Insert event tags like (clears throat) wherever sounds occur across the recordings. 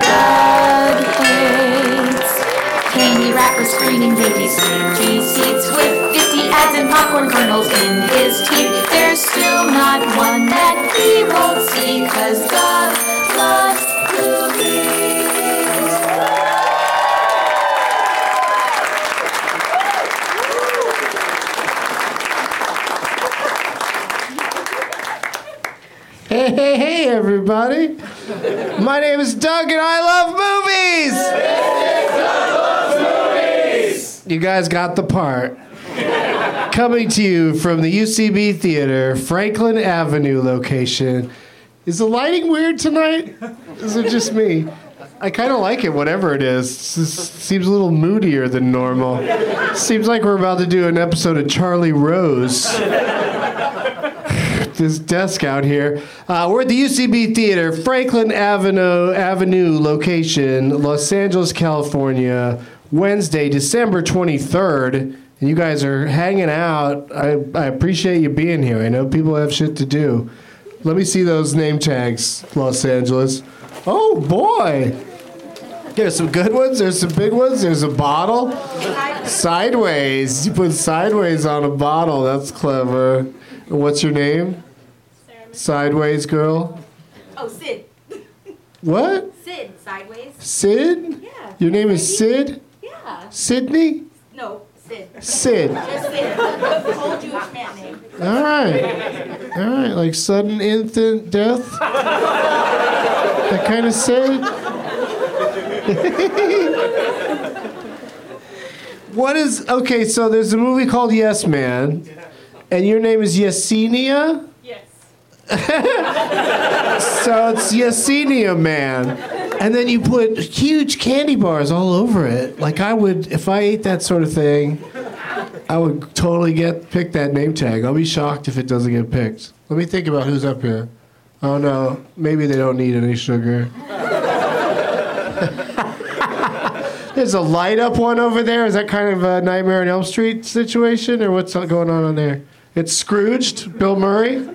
Doug Waits. Candy wrappers, screaming babies, stingy seats with 50 ads and popcorn kernels in his teeth. There's still not one that he won't see, cause Doug loves movies. Hey, hey, hey, everybody. My name is Doug and I love movies. You guys got the part. Coming to you from the UCB Theater, Franklin Avenue location. Is the lighting weird tonight? Is it just me? I kind of like it, whatever it is. This seems a little moodier than normal. Seems like we're about to do an episode of Charlie Rose this desk out here. Uh, we're at the UCB Theater, Franklin Avenue, Avenue location, Los Angeles, California, Wednesday, December 23rd. And you guys are hanging out. I, I appreciate you being here. I know people have shit to do. Let me see those name tags, Los Angeles. Oh, boy. There's some good ones. There's some big ones. There's a bottle. Sideways. You put sideways on a bottle. That's clever. What's your name? Sideways girl. Oh, Sid. What? Sid, sideways. Sid? Yeah. Your name is Sid? Yeah. Sydney? No, Sid. Sid. Just (laughs) Sid. The whole Jewish man name. All right. All right. Like sudden infant death? that kind of Sid? (laughs) what is. Okay, so there's a movie called Yes Man, and your name is Yesenia? Yes. (laughs) So it's Yesenia Man. And then you put huge candy bars all over it. Like I would, if I ate that sort of thing, I would totally get pick that name tag. I'll be shocked if it doesn't get picked. Let me think about who's up here. Oh no, maybe they don't need any sugar. (laughs) There's a light up one over there. Is that kind of a Nightmare on Elm Street situation, or what's going on on there? It's Scrooged, Bill Murray.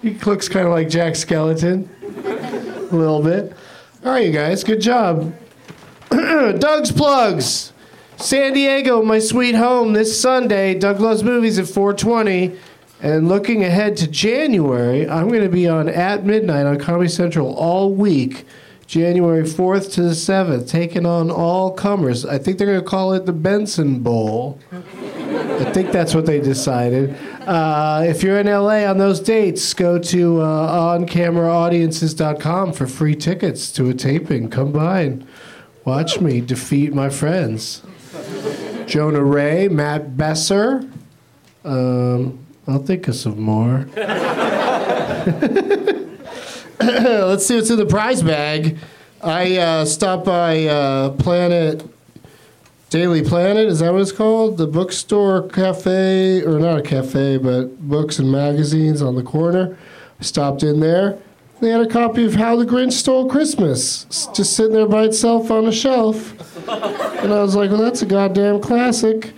He looks kind of like Jack Skeleton, a little bit. All right, you guys, good job. (clears throat) Doug's plugs. San Diego, my sweet home, this Sunday. Doug loves movies at 420. And looking ahead to January, I'm going to be on At Midnight on Comedy Central all week, January 4th to the 7th, taking on all comers. I think they're going to call it the Benson Bowl. I think that's what they decided. Uh, if you're in LA on those dates, go to uh, oncameraaudiences.com for free tickets to a taping. Come by and watch me defeat my friends. Jonah Ray, Matt Besser. Um, I'll think of some more. (laughs) Let's see what's in the prize bag. I uh, stopped by uh, Planet Daily Planet, is that what it's called? The bookstore cafe, or not a cafe, but books and magazines on the corner. Stopped in there. They had a copy of How the Grinch Stole Christmas, s- just sitting there by itself on a shelf. And I was like, well, that's a goddamn classic,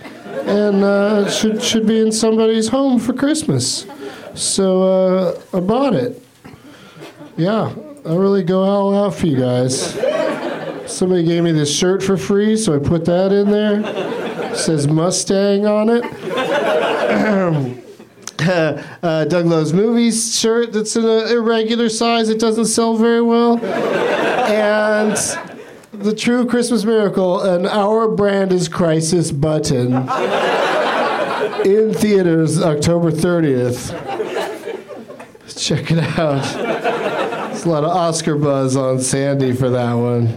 and uh, it should should be in somebody's home for Christmas. So uh, I bought it. Yeah, I really go all out for you guys. Somebody gave me this shirt for free, so I put that in there. It says Mustang on it. (clears throat) uh, Doug Loves Movies shirt that's in an irregular size. It doesn't sell very well. and the true Christmas miracle, an Our Brand is Crisis button. in theaters October 30th. Check it out. There's a lot of Oscar buzz on Sandy for that one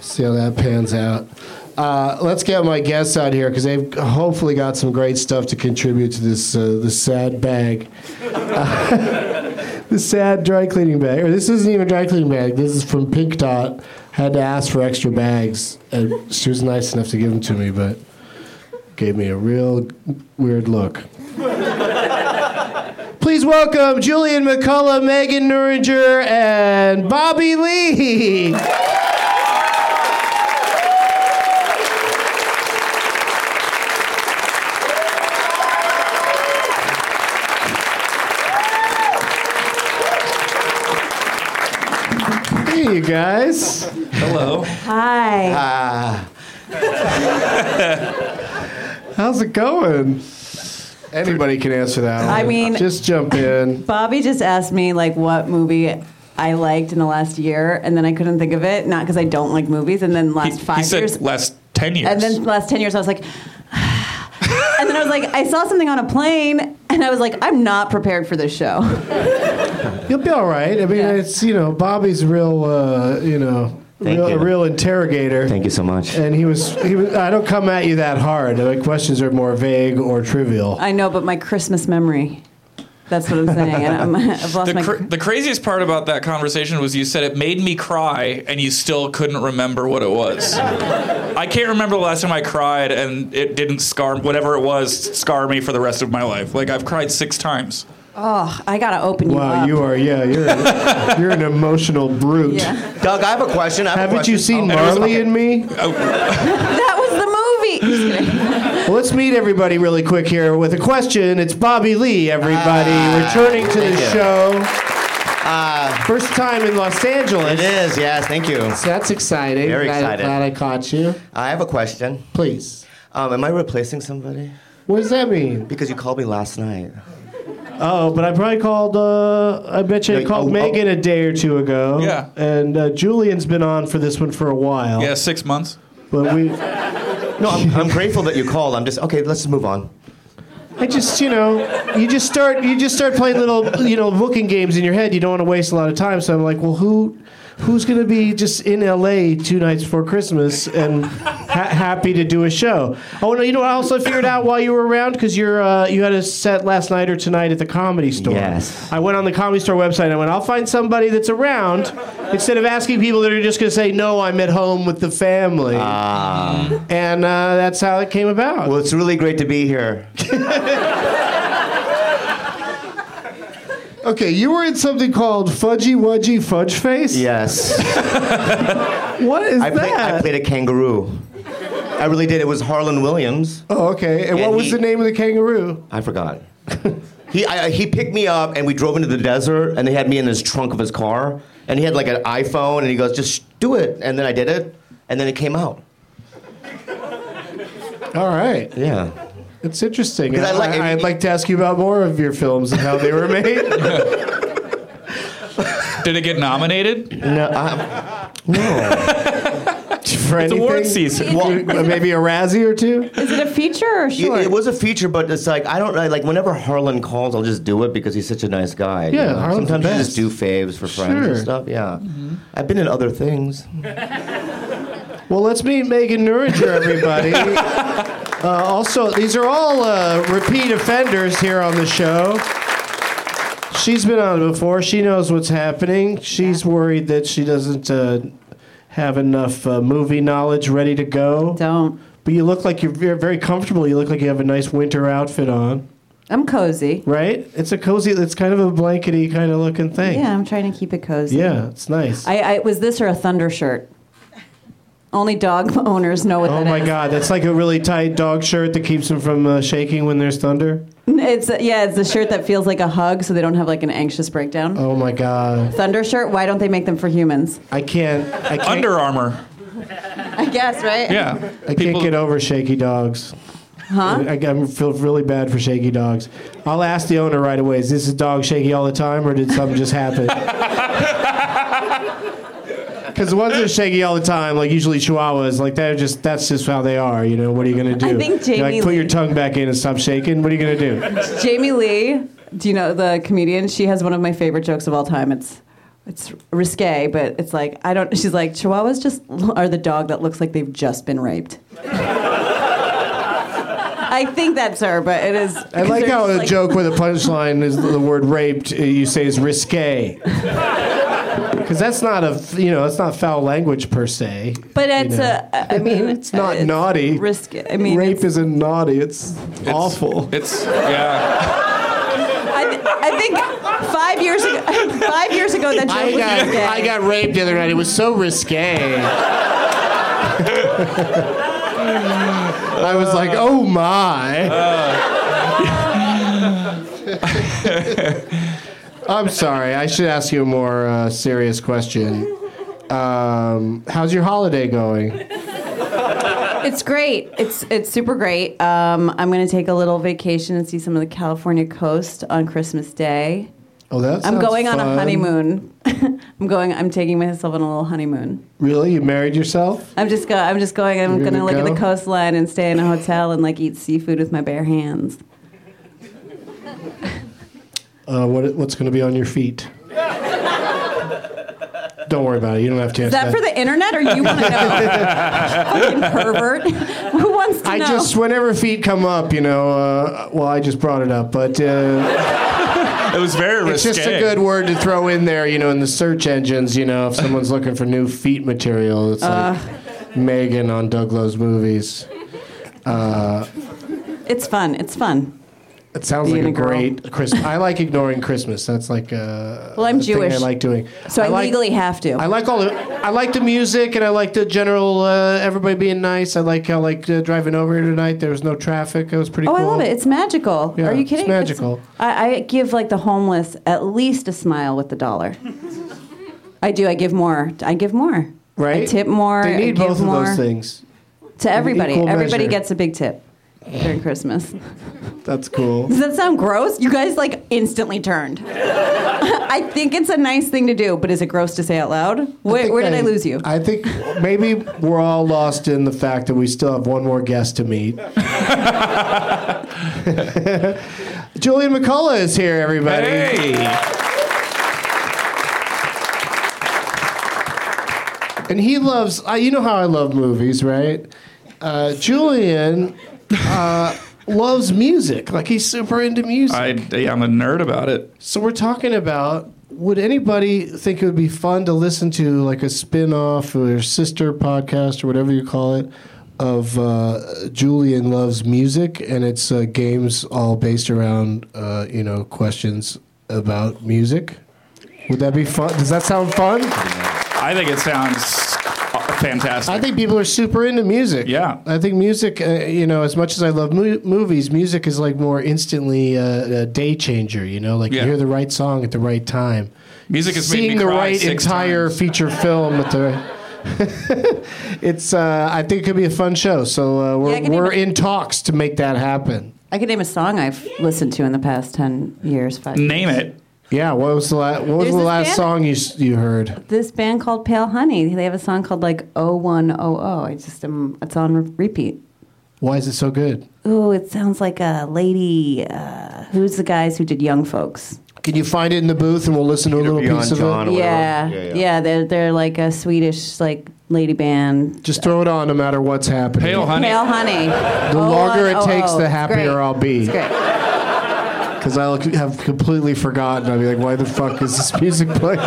see how that pans out. Uh, let's get my guests out here because they've hopefully got some great stuff to contribute to this uh, this sad bag, the sad dry cleaning bag. Or this isn't even a dry cleaning bag. This is from Pink Dot. Had to ask for extra bags, and she was nice enough to give them to me, but gave me a real weird look. (laughs) Please welcome Julian McCullough, Megan Nuringer, and Bobby Lee. Hey, you guys. Hello. Hi. Ah. (laughs) How's it going? Anybody can answer that one. I mean- just jump in. Bobby just asked me like what movie I liked in the last year, and then I couldn't think of it. Not because I don't like movies, and then He- last he five said years, last ten years. and then last ten years, I was like, (sighs) and then I was like, I saw something on a plane, and I was like, I'm not prepared for this show. (laughs) You'll be all right. I mean, Yeah. it's you know, Bobby's a real, uh, you know, Thank real, you. a real interrogator. Thank you so much. And he was, he was. I don't come at you that hard. My questions are more vague or trivial. I know, but my Christmas memory. That's what I'm saying, and I'm, (laughs) I've lost the, my. cr- the craziest part about that conversation was you said it made me cry and you still couldn't remember what it (laughs) was. I can't remember the last time I cried and it didn't scar whatever it was scar me for the rest of my life. Like I've cried 6 times. oh, I gotta open you wow, up. you are. Yeah, you're. you're an emotional brute. Yeah. Doug, I have a question. I have a Haven't question. you seen Oh, Marley and Me? That was the movie. Just kidding. Well, let's meet everybody really quick here with a question. It's Bobby Lee, everybody, Ah, returning to the thank you. show. Ah, First time in Los it Angeles. is. Yes, thank you. So that's exciting. Very Glad- excited. Glad I caught you. I have a question. Please. Um, am I replacing somebody? What does that mean? Because you called me last night. Oh, but I probably called. Uh, I bet you I No, called oh, oh. Megan a day or two ago. Yeah. And uh, Julian's been on for this one for a while. Yeah, 6 months. But we, No, I'm, I'm grateful that you called. I'm just okay. Let's just move on. I just, you know, you just start, you just start playing little, you know, booking games in your head. You don't want to waste a lot of time. So I'm like, well, who, who's going to be just in L.A. two nights before Christmas and ha- happy to do a show? Oh no, you know what? I also figured out while you were around because you're, uh, you had a set last night or tonight at the Comedy Store. Yes. I went on the Comedy Store website. and I went, I'll find somebody that's around instead of asking people that are just going to say, no, I'm at home with the family. And uh, that's how it came about. Uh. Ah, Well, it's really great to be here. Okay, you were in something called Fudgy (laughs) Wudgy Fudge Face. Yes, What is I, play, that? I played a kangaroo. I really did. It was Harlan Williams. Oh, okay. And, And what was he- the name of the kangaroo? I forgot. (laughs) he I, I- he picked me up and we drove into the desert and they had me in his trunk of his car and he had like an iPhone and he goes just do it and then I did it and then it came out. All right. Yeah. It's interesting. Uh, Because I I like- would like to ask you about more of your films and (laughs) how they were made. Did it (laughs) get nominated? No. I, no. For It's anything? award season. Well, maybe a Razzie or two? Is it a feature or a short? It, it was a feature, but it's like I don't I, like whenever Harlan calls, I'll just do it because he's such a nice guy. you Yeah, know? Harlan's the Sometimes you best. just do faves for friends Sure. Mm-hmm. and stuff. Yeah. I've been in other things. Well, let's meet Megan (laughs) Nuringer, everybody. uh, also, these are all uh, repeat offenders here on the show. She's been on before. She knows what's happening. She's worried that she doesn't uh, have enough uh, movie knowledge ready to go. Don't. But you look like you're ve- very comfortable. You look like you have a nice winter outfit on, I'm cozy. right? It's a cozy. It's kind of a blankety kind of looking thing. Yeah, I'm trying to keep it cozy. Yeah, it's nice. I, I was this or a thunder shirt. Only dog (laughs) owners know what oh that my is. God, that's like a really tight dog shirt that keeps them from uh, shaking when there's thunder. (laughs) It's yeah, it's the shirt that feels like a hug, so they don't have like an anxious breakdown. Oh my god, Thunder shirt. Why don't they make them for humans? I can't. I can't, Under Armour. I guess right. Yeah. I can't get over shaky dogs. Huh? I, I feel really bad for shaky dogs. I'll ask the owner right away. Is this a dog shaky all the time, or did something just happen? Because the ones that are shaky all the time, like usually Chihuahuas, like they're just that's just how they are. You know, what are you gonna do? think You're Jamie like put your Lee- tongue back in and stop shaking. What are you gonna do? Jamie Lee, do you know the comedian? She has one of my favorite jokes of all time. It's it's risque, but it's like I don't. She's like Chihuahuas just are the dog that looks like they've just been raped. I think that's her, but it is. I like how a joke with a punchline is the word raped. uh, You say is (laughs) risque. Because that's not a f- you know that's not foul language per se. But it's you know. a. I mean, (laughs) it's not naughty. Risque. I mean, rape it's- isn't naughty. It's, awful. It's yeah. I, th- I think five years ago, (laughs) five years ago that joke was risque. raped the other night. It was so risque. I was like, oh my. (laughs) I'm sorry. I should ask you a more uh, serious question. Um, how's your holiday going? It's great. It's it's super great. Um, I'm gonna take a little vacation and see some of the California coast on Christmas Day. Oh, that's. I'm going on a honeymoon. (laughs) I'm going. I'm taking myself on a little honeymoon. Really? You married yourself? I'm just go. I'm just going. I'm You're gonna, gonna look at go? the coastline and stay in a hotel and like eat seafood with my bare hands. Uh, what, what's going to be on your (laughs) feet? don't worry about it. You don't have to answer Is that for the internet or you want (laughs) to know? Fucking pervert. (laughs) Who wants to I know? just, whenever feet come up, you know, uh, well, I just brought it up, but uh, It was very it's risque. just a good word to throw in there, you know, in the search engines, you know, if someone's looking for new feet material, it's Uh. like Megan on Doug Love's movies. it's fun. It's fun. It sounds Being like a, a girl. great Christmas. I like ignoring Christmas. That's like uh Well, I'm a thing I Jewish, like doing. so I, like- legally have to. I like all the. I like the music, and I like the general uh, everybody being nice. I like how like uh, driving over here tonight. There was no traffic. It was pretty. Oh, cool. I love it. It's magical. Yeah, Are you it's kidding? magical. I, I give like the homeless at least a smile with the dollar. I do. I give more. I give more. right. I tip more. They I need give both of more those things. To everybody. equal Everybody measure. gets a big tip during Christmas. That's cool. Does that sound gross? You guys like instantly turned. (laughs) I think it's a nice thing to do, but is it gross to say out loud? Where, think where did I, lose you? I think maybe we're all lost in the fact that we still have one more guest to meet. (laughs) Julian McCullough is here, everybody. Hey. And he loves, uh, you know how I love movies, right? Uh, Julian uh, (laughs) loves music. Like, he's super into music. I yeah, I'm a nerd about it. So we're talking about would anybody think it would be fun to listen to like a spin-off or sister podcast or whatever you call it of uh, Julian loves music and it's uh, games all based around uh, you know questions about music. Would that be fun? Does that sound fun? I think it sounds Uh, fantastic. I think people are super into music. Yeah. I think music, uh, you know, as much as I love mo- movies, music is like more instantly uh, a day changer, you know, like Yeah. you hear the right song at the right time. music has made Seeing me the cry right six entire times. feature film at the (laughs) It's uh, I think it could be a fun show. So uh, Yeah, we're I can we're even- in talks to make that happen. I could name a song I've listened to in the past 10 years, five Name years. it. Yeah, what was the la- what was There's the this last band- song you s- you heard? This band called Pale Honey, they have a song called like 0100. I just am, it's on re- repeat. Why is it so good? Ooh, it sounds like a lady. Uh, who's the guys who did Young Folks? Can you find it in the booth and we'll listen to a little Beyond piece of John it? or whatever. Yeah, yeah, they're, they're like a Swedish like lady band. Just throw it on no matter what's happening. Pale honey. Pale Honey. The longer it takes, the It's happier great. I'll be. It's great. Because I'll c- have completely forgotten. I'll be like, why the fuck is this music playing?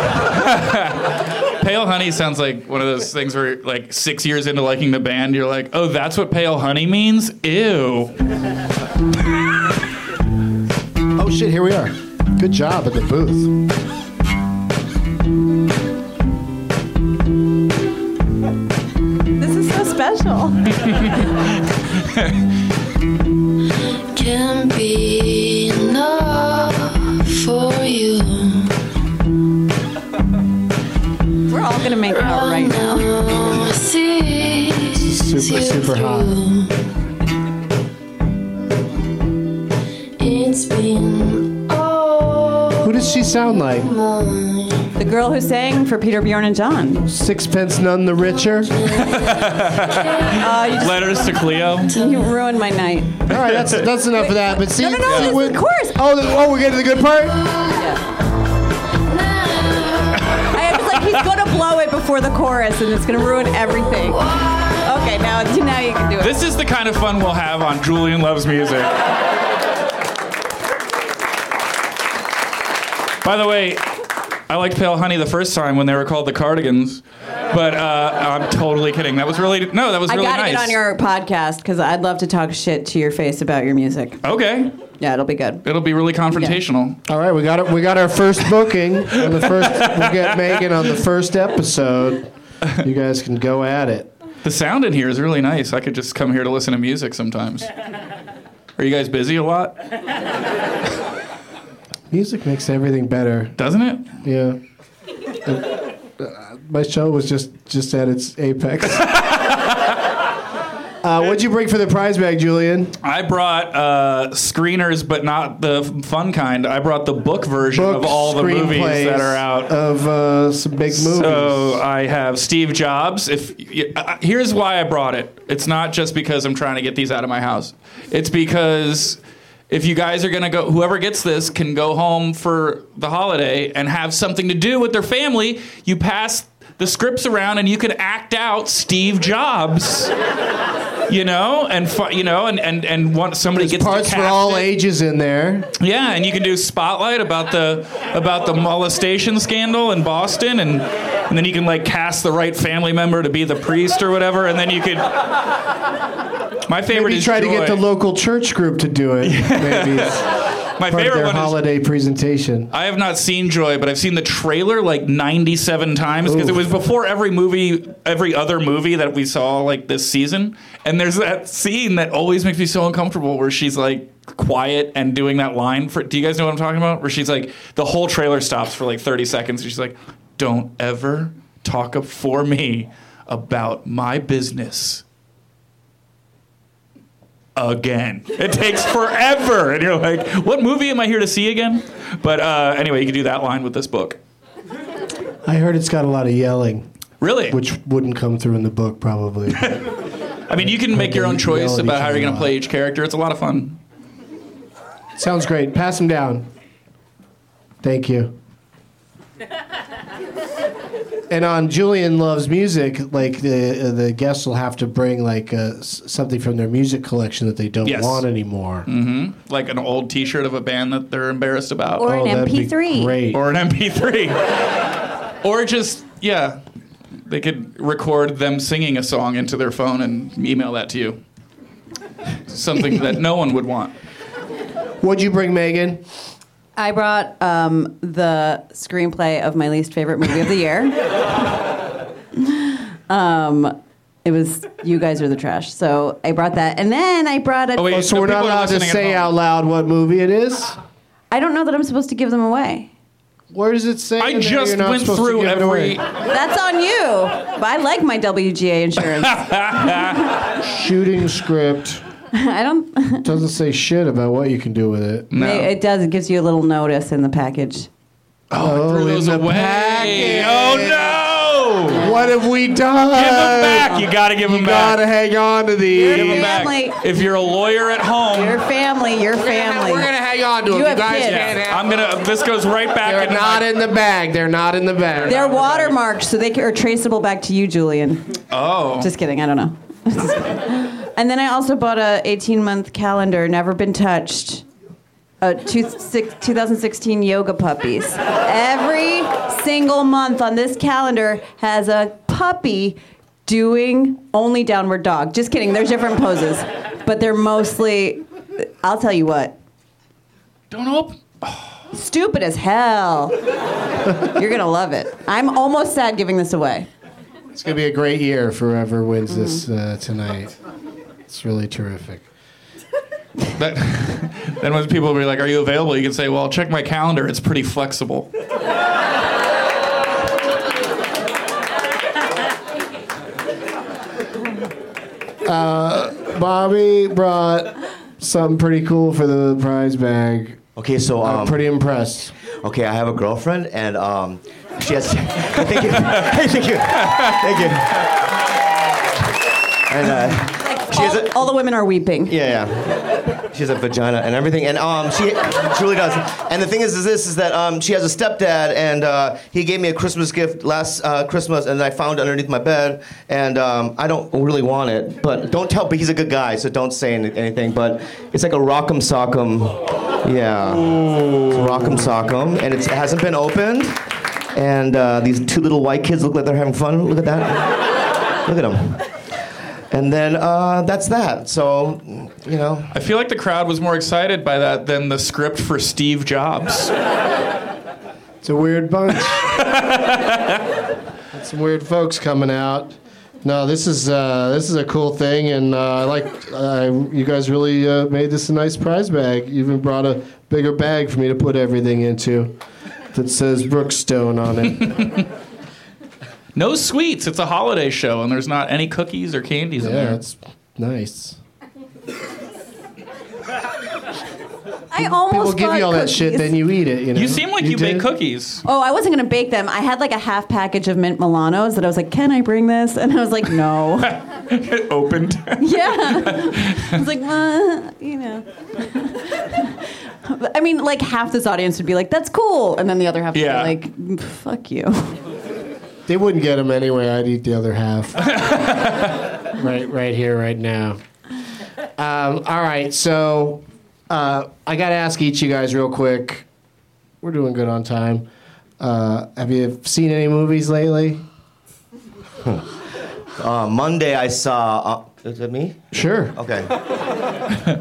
Pale Honey sounds like one of those things where, like, six years into liking the band, you're like, oh, that's what Pale Honey means? Ew. oh shit, here we are. Good job at the booth. This is so special. Can be enough for you. We're all gonna make out right now. See, Super, super hot. it's been all Who does she sound like? The girl who sang for Peter Bjorn and John. Sixpence None the Richer? All Uh, you just Letters to Cleo. you ruined my night. right, that's, that's enough of that. But see, No, no, no, see, this is when- the chorus. Oh, the, oh, we're getting to the good part? I was like, he's gonna blow it before the chorus, and it's gonna ruin everything. Okay, now now you can do it. This is the kind of fun we'll have on Julian Loves Music. By the way, I liked Pale Honey the first time when they were called the Cardigans, but uh, I'm totally kidding. That was really no, that was I really gotta nice. get on your podcast because I'd love to talk shit to your face about your music. okay. Yeah, it'll be good. It'll be really confrontational. All right, we got it. We got our first booking on the first. We'll get Megan on the first episode. You guys can go at it. The sound in here is really nice. I could just come here to listen to music sometimes. Are you guys busy a lot? Music makes everything better. Doesn't it? Yeah. My show was just just at its apex. (laughs) uh, what'd you bring for the prize bag, Julian? I brought uh, screeners, but not the f- fun kind. I brought the book version of all the movies screenplays that are out. of uh, some big movies. So I have Steve Jobs. If y- uh, here's why I brought it. It's not just because I'm trying to get these out of my house. It's because if you guys are gonna go, whoever gets this can go home for the holiday and have something to do with their family. You pass the scripts around and you can act out Steve Jobs. (laughs) You know, and fu- you know, and and and one, somebody There's gets to parts for cast all it. ages in there. Yeah, and you can do spotlight about the about the molestation scandal in Boston, and and then you can like cast the right family member to be the priest or whatever, and then you could. My favorite Maybe is try to get Joy. the local church group to do it. Maybe (laughs) it's My part of favorite their one is. holiday presentation. I have not seen Joy, but I've seen the trailer like 97 times because it Oof. was before every movie, every other movie that we saw like this season. And there's that scene that always makes me so uncomfortable where she's like quiet and doing that line for. Do you guys know what I'm talking about? Where she's like, the whole trailer stops for like 30 seconds. And she's like, don't ever talk up for me about my business again. It takes forever. And you're like, what movie am I here to see again? But uh, anyway, you can do that line with this book. I heard it's got a lot of yelling, Really? which wouldn't come through in the book probably. I mean, you can make your own choice Reality about how you're going show. to play each character. It's a lot of fun. Sounds great. Pass them down. Thank you. and on Julian loves music, like the uh, the guests will have to bring like uh, s- something from their music collection that they don't Yes. Mm-hmm. want anymore. Like an old t shirt of a band that they're embarrassed about, Or or, Oh, an that'd be MP3. Great. an MP3, (laughs) or just, yeah, they could record them singing a song into their phone and email that to you. Something that no one would want. What'd you bring, Megan? I brought um, the screenplay of my least favorite movie of the year. (laughs) Um, it was you guys are the trash. So I brought that, and then I brought a. Oh, wait. Oh, so No, we're not people are allowed to listening at say home. out loud what movie it is. I don't know that I'm supposed to give them away. Where does it say? in I there just you're not went supposed to through give it away? every. That's on you. But I like my WGA (laughs) insurance. shooting script. I don't. Doesn't say shit about what you can do with it. No. It does. It gives you a little notice in the package. Oh, Threw in those the away. package. Oh no! What have we done? Give them back. You gotta give You them gotta back. hang on to these. Give them Family. back. If you're a lawyer at Your home, family. Your family. We're gonna hang on to them. You You, have guys kids. can't have. I'm gonna. This goes right back. They're into not my- in the bag. They're not in the bag. They're watermarked, so they are traceable back to you, Julian. Oh. Just kidding. I don't know. (laughs) and then I also bought a 18 month calendar, never been touched. Uh, two, six, 2016 yoga puppies. Every single month on this calendar has a puppy doing only downward dog. Just kidding. There's different poses, but they're mostly. I'll tell you what. Don't open. Stupid as hell. You're gonna love it. I'm almost sad giving this away. It's gonna be a great year for whoever wins this uh, tonight. It's really terrific. That, then when people will be like, "Are you available?" You can say, "Well, check my calendar. It's pretty flexible." Bobby brought something pretty cool for the prize bag. Okay, so um, I'm pretty impressed. Okay, I have a girlfriend, and um, she has. (laughs) thank you. Hey, thank you. Thank you. And uh, she has a. All, all the women are weeping. Yeah, yeah. She has a vagina and everything, and um, she, she really does. And the thing is, is this is that um, she has a stepdad, and uh, he gave me a Christmas gift last uh, Christmas, and I found it underneath my bed, and um, I don't really want it, but don't tell. But he's a good guy, so don't say any, anything. But it's like a rock'em sock'em, yeah, It's a rock'em sock'em, and it's, it hasn't been opened. And uh, these two little white kids look like they're having fun. Look at that. Look at them. And then uh, that's that. So, you know. I feel like the crowd was more excited by that than the script for Steve Jobs. It's a weird bunch. Got some weird folks coming out. No, this is uh, this is a cool thing, and uh, I like uh, you guys really uh, made this a nice prize bag. You even brought a bigger bag for me to put everything into that says Brookstone on it. No sweets. It's a holiday show, and there's not any cookies or candies in yeah, there. it's nice. I almost People give bought you all that shit, cookies. then you eat it. You, know? You seem like you, bake did? cookies. Oh, I wasn't gonna bake them. I had like a half package of mint Milanos that I was like, "Can I bring this?" And I was like, "No." (laughs) It opened. yeah, I was like, uh, you know. But, I mean, like half this audience would be like, "That's cool," and then the other half would Yeah. be like, "Mm, "Fuck you." They wouldn't get them anyway. I'd eat the other half. right, right here, right now. Um, all right, so uh, I got to ask each of you guys real quick. We're doing good on time. Uh, have you seen any movies lately? Uh, Monday I saw. Uh, is it me? Sure. (laughs) Okay.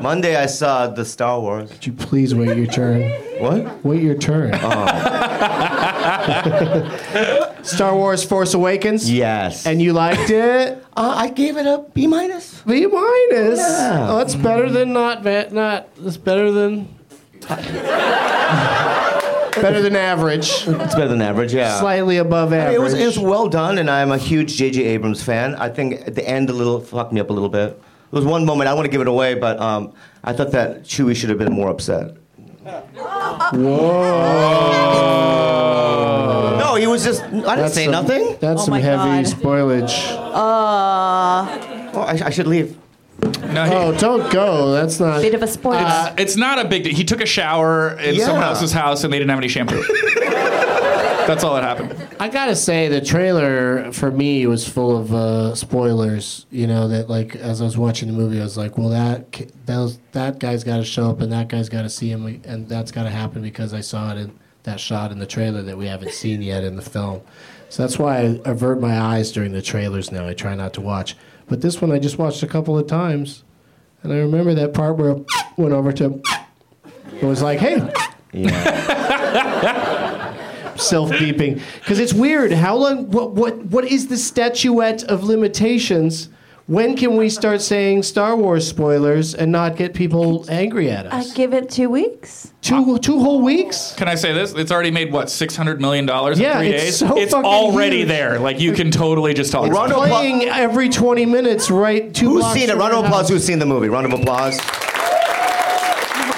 Monday I saw the Star Wars. Could you please wait your turn? What? Wait your turn. (laughs) Star Wars: Force Awakens. Yes. And you liked it? Uh, I gave it a B minus. B minus. Yeah. Oh, that's better than not bad. Not that's better than better than average. It's better than average. Yeah. Slightly above I mean, average. it was it was well done, and I'm a huge J.J. Abrams fan. I think at the end a little fucked me up a little bit. There was one moment I want to give it away, but um, I thought that Chewie should have been more upset. Whoa! No, he was just. I didn't say some, nothing. That's Oh some my heavy God. spoilage. Uh, Oh, I, I should leave. No, he- Oh, don't go. That's not. bit of a spoiler. it's not a big deal. He took a shower in Yeah. someone else's house and they didn't have any shampoo. That's all that happened. I gotta say, the trailer for me was full of uh, spoilers. You know that, like, as I was watching the movie, I was like, "Well, that ki- that, was, that guy's got to show up, and that guy's got to see him, and that's got to happen because I saw it in that shot in the trailer that we haven't seen yet in the film." So that's why I avert my eyes during the trailers now. I try not to watch, but this one I just watched a couple of times, and I remember that part where I went over to. It was like, "Hey, Yeah. self beeping because it's weird. How long? What? What? What is the statuette of limitations? When can we start saying Star Wars spoilers and not get people angry at I us? give it two weeks. Two two whole weeks. Can I say this? It's already made what six hundred million dollars in Yeah, three it's days. so it's fucking already huge. there. Like you can totally just talk. Round of applause. Playing every twenty minutes, right? Two (laughs) Who's blocks seen it? from Round of your applause. house. Who's seen the movie? Round of applause.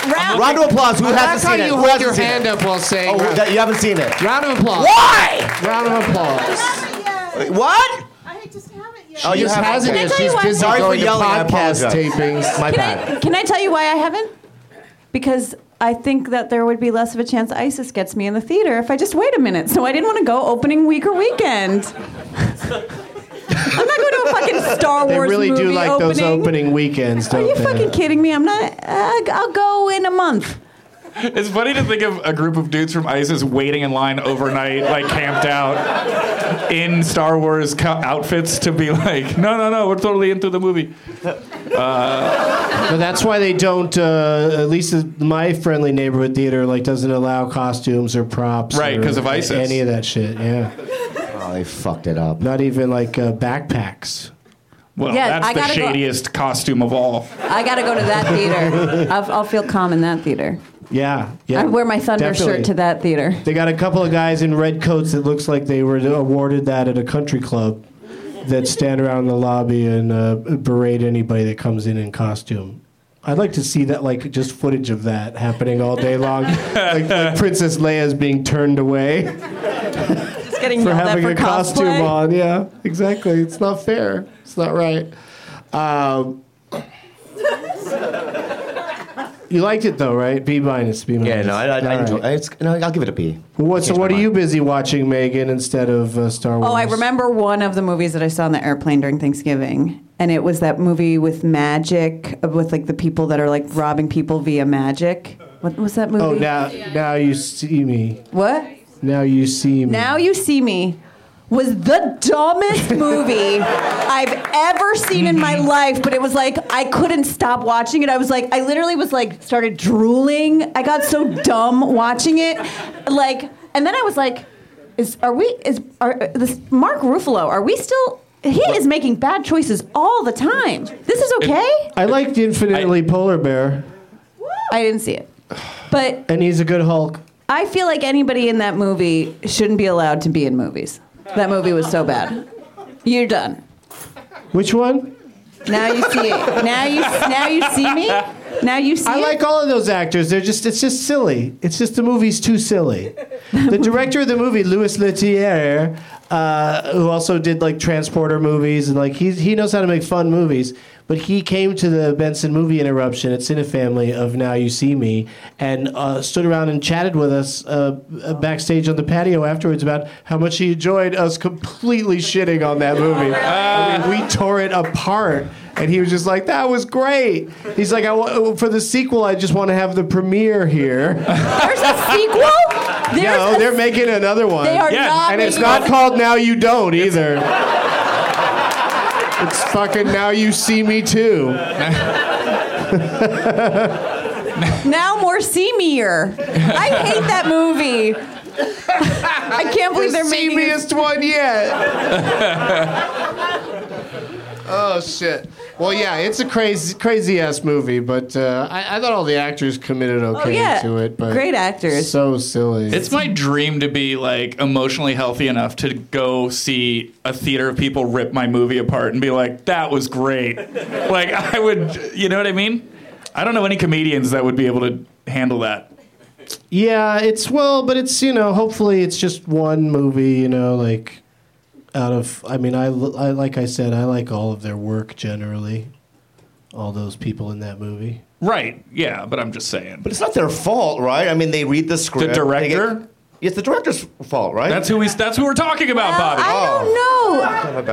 Round, Round of applause. Who I like hasn't how seen it? you Who hold hasn't your seen hand it? up while saying Oh, round, that- you haven't seen it. round of applause. Why? Round of applause. What? I just haven't yet. Oh, you Just haven't. hasn't Okay. it. tell She's you why- busy Sorry for going to yelling, I podcast apologize. tapings. My bad. Can I, can I tell you why I haven't? Because I think that there would be less of a chance ISIS gets me in the theater if I just wait a minute. So I didn't want to go opening week or weekend. I'm not going to a fucking Star They Wars really movie do like opening. those opening weekends, Are don't you they? fucking kidding me? I'm not. Uh, I'll go in a month. It's funny to think of a group of dudes from ISIS waiting in line overnight, like camped out in Star Wars co- outfits to be like, no, no, no, we're totally into the movie. But that's why they don't. Uh, at least the- my friendly neighborhood theater like doesn't allow costumes or props. Right, or 'cause of ISIS. Any of that shit. Yeah. Oh, they fucked it up. Not even like uh, backpacks. Well, Yeah, that's I the gotta go- shadiest costume of all. I got to go to that theater. (laughs) I'll, I'll feel calm in that theater. Yeah. Yeah. I wear my thunder Definitely. shirt to that theater. They got a couple of guys in red coats that looks like they were awarded that at a country club. That stand around in the lobby and uh, berate anybody that comes in in costume. I'd like to see that, like, just footage of that happening all day (laughs) long, like, like Princess Leia's being turned away. Just getting for yelled at having for a costume cosplay. on. Yeah, exactly. It's not fair. It's not right. Um, you liked it though, right? B minus. B minus. Yeah, no, I, I, I All enjoy. right. It's, no, I'll give it a B. What, so Changed what my are you mind. busy watching, Megan, instead of uh, Star Wars? Oh, I remember one of the movies that I saw on the airplane during Thanksgiving, and it was that movie with magic, of- with like the people that are like robbing people via magic. What was that movie? Oh, now now you see me. what? Now you see me. Now you see me. Was the dumbest movie I've ever seen in my life, but it was like I couldn't stop watching it. I was like, I literally was like, started drooling. I got so dumb watching it, like, and then I was like, is are we is are this Mark Ruffalo? Are we still? He is making bad choices all the time. This is okay. I liked Infinitely Polar Bear, I didn't see it, but and he's a good Hulk. I feel like anybody in that movie shouldn't be allowed to be in movies. That movie was so bad. You're done. Which one? Now you see it. Now you now you see me. Now you see. I it? like all of those actors. They're just it's just silly. It's just the movie's too silly. (laughs) the director of the movie, Louis Leterrier, uh, who also did like transporter movies and like he he knows how to make fun movies. But he came to the Benson movie interruption at Cinefamily of Now You See Me and uh, stood around and chatted with us uh, uh, backstage on the patio afterwards about how much he enjoyed us completely shitting on that movie. I mean, we tore it apart. And he was just like, "That was great." He's like, I wa- uh, "For the sequel, I just want to have the premiere here." There's a sequel. There's no, a- they're making another one. They are Yeah, not. and it's making not a- called Now You Don't either. it's fucking Now You See Me Too. now more see me-er. I hate that movie. I can't believe they're the making. it- seamiest one yet. (laughs) oh shit. Well, yeah, it's a crazy, crazy ass movie, but uh, I, I thought all the actors committed Oh, okay yeah. to it. But Great actors. So silly. It's my dream to be like emotionally healthy enough to go see a theater of people rip my movie apart and be like, that was great. like, I would, you know what I mean? I don't know any comedians that would be able to handle that. Yeah, it's well, but it's you know, hopefully it's just one movie, you know, like out of I mean, I, l- I- like I said, I like all of their work generally. All those people in that movie. Right. Yeah, but I'm just saying. But it's not their fault, right? I mean, they read the script. they director? get- it's the director's fault, right? That's who we that's who we're talking about, Well, Bobby. I Uh, don't know.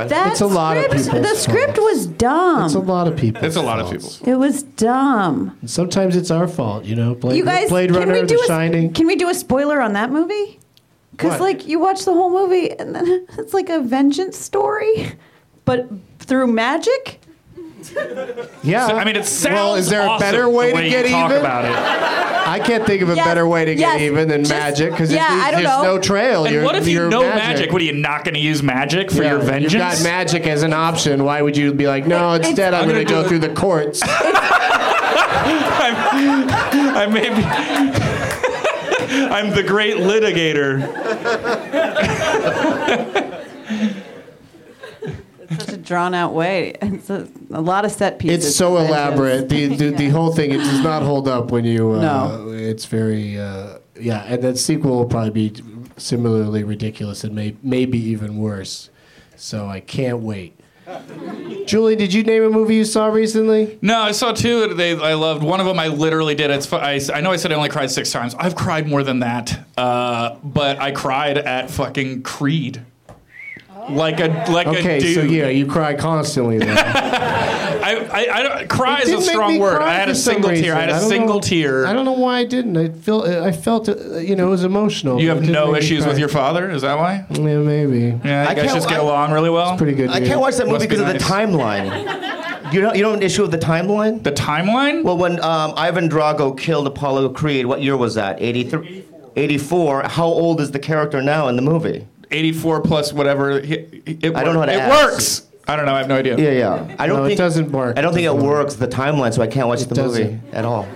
That Oh. It's a lot of script- people's The script fault. was dumb. It's a lot of people. It's a lot of people. it was dumb. Sometimes it's our fault, you know. Blade, you guys, Blade can Runner, we do The a, Shining. Can we do a spoiler on that movie? Because What? like you watch the whole (laughs) movie and then it's like a vengeance story, but through magic. Yeah. I mean, it sounds. Well, is there a awesome better way the to get you talk even? about it. I can't think of a Yes, better way to get yes, even than just- magic because yeah, I don't there's know. no trail. And You're- what if you you're know magic? What are you not going to use magic for Yeah, your if vengeance? You've got magic as an option. Why would you be like, no, It's- instead I'm, I'm going to gonna go do it." through the (laughs) courts? I may be. I'm the great litigator. Such a drawn out way. It's a, a lot of set pieces. it's so for vengeance. elaborate. The, the, the whole thing it does not hold up when you. Uh, No. It's very. Uh, yeah, and that sequel will probably be similarly ridiculous and may maybe even worse. So I can't wait. Julie, did you name a movie you saw recently? No, I saw two. that They, I loved one of them. I literally did. It's. fu- I, I know I said I only cried six times. I've cried more than that. Uh, but I cried at fucking Creed. Like a like a Okay, dude. so yeah, you cry constantly. (laughs) Then. I, I, I don't, cry It is a didn't make me strong word. cry I had for a some single tear. I had reason. a don't single know- tear. I don't know why I didn't. I felt. I felt. uh, You know, it was emotional. You It have didn't no make me issues cry. with your father? Is that why? Yeah, maybe. Yeah, you I guys can't- just get I- along really well. Pretty good. I dude. can't watch that movie Must be because of the nice. timeline. You don't, you don't have an issue with the timeline? The timeline? Well, when um, Ivan Drago killed Apollo Creed, what year was that? 83? 84. How old is the character now in the movie? 84 plus whatever. He- he- It, I don't know how to It ask. works. I don't know. I have no idea. Yeah, yeah. I don't No, it think doesn't work. I don't think it works the timeline, so I can't watch the movie doesn't. at all.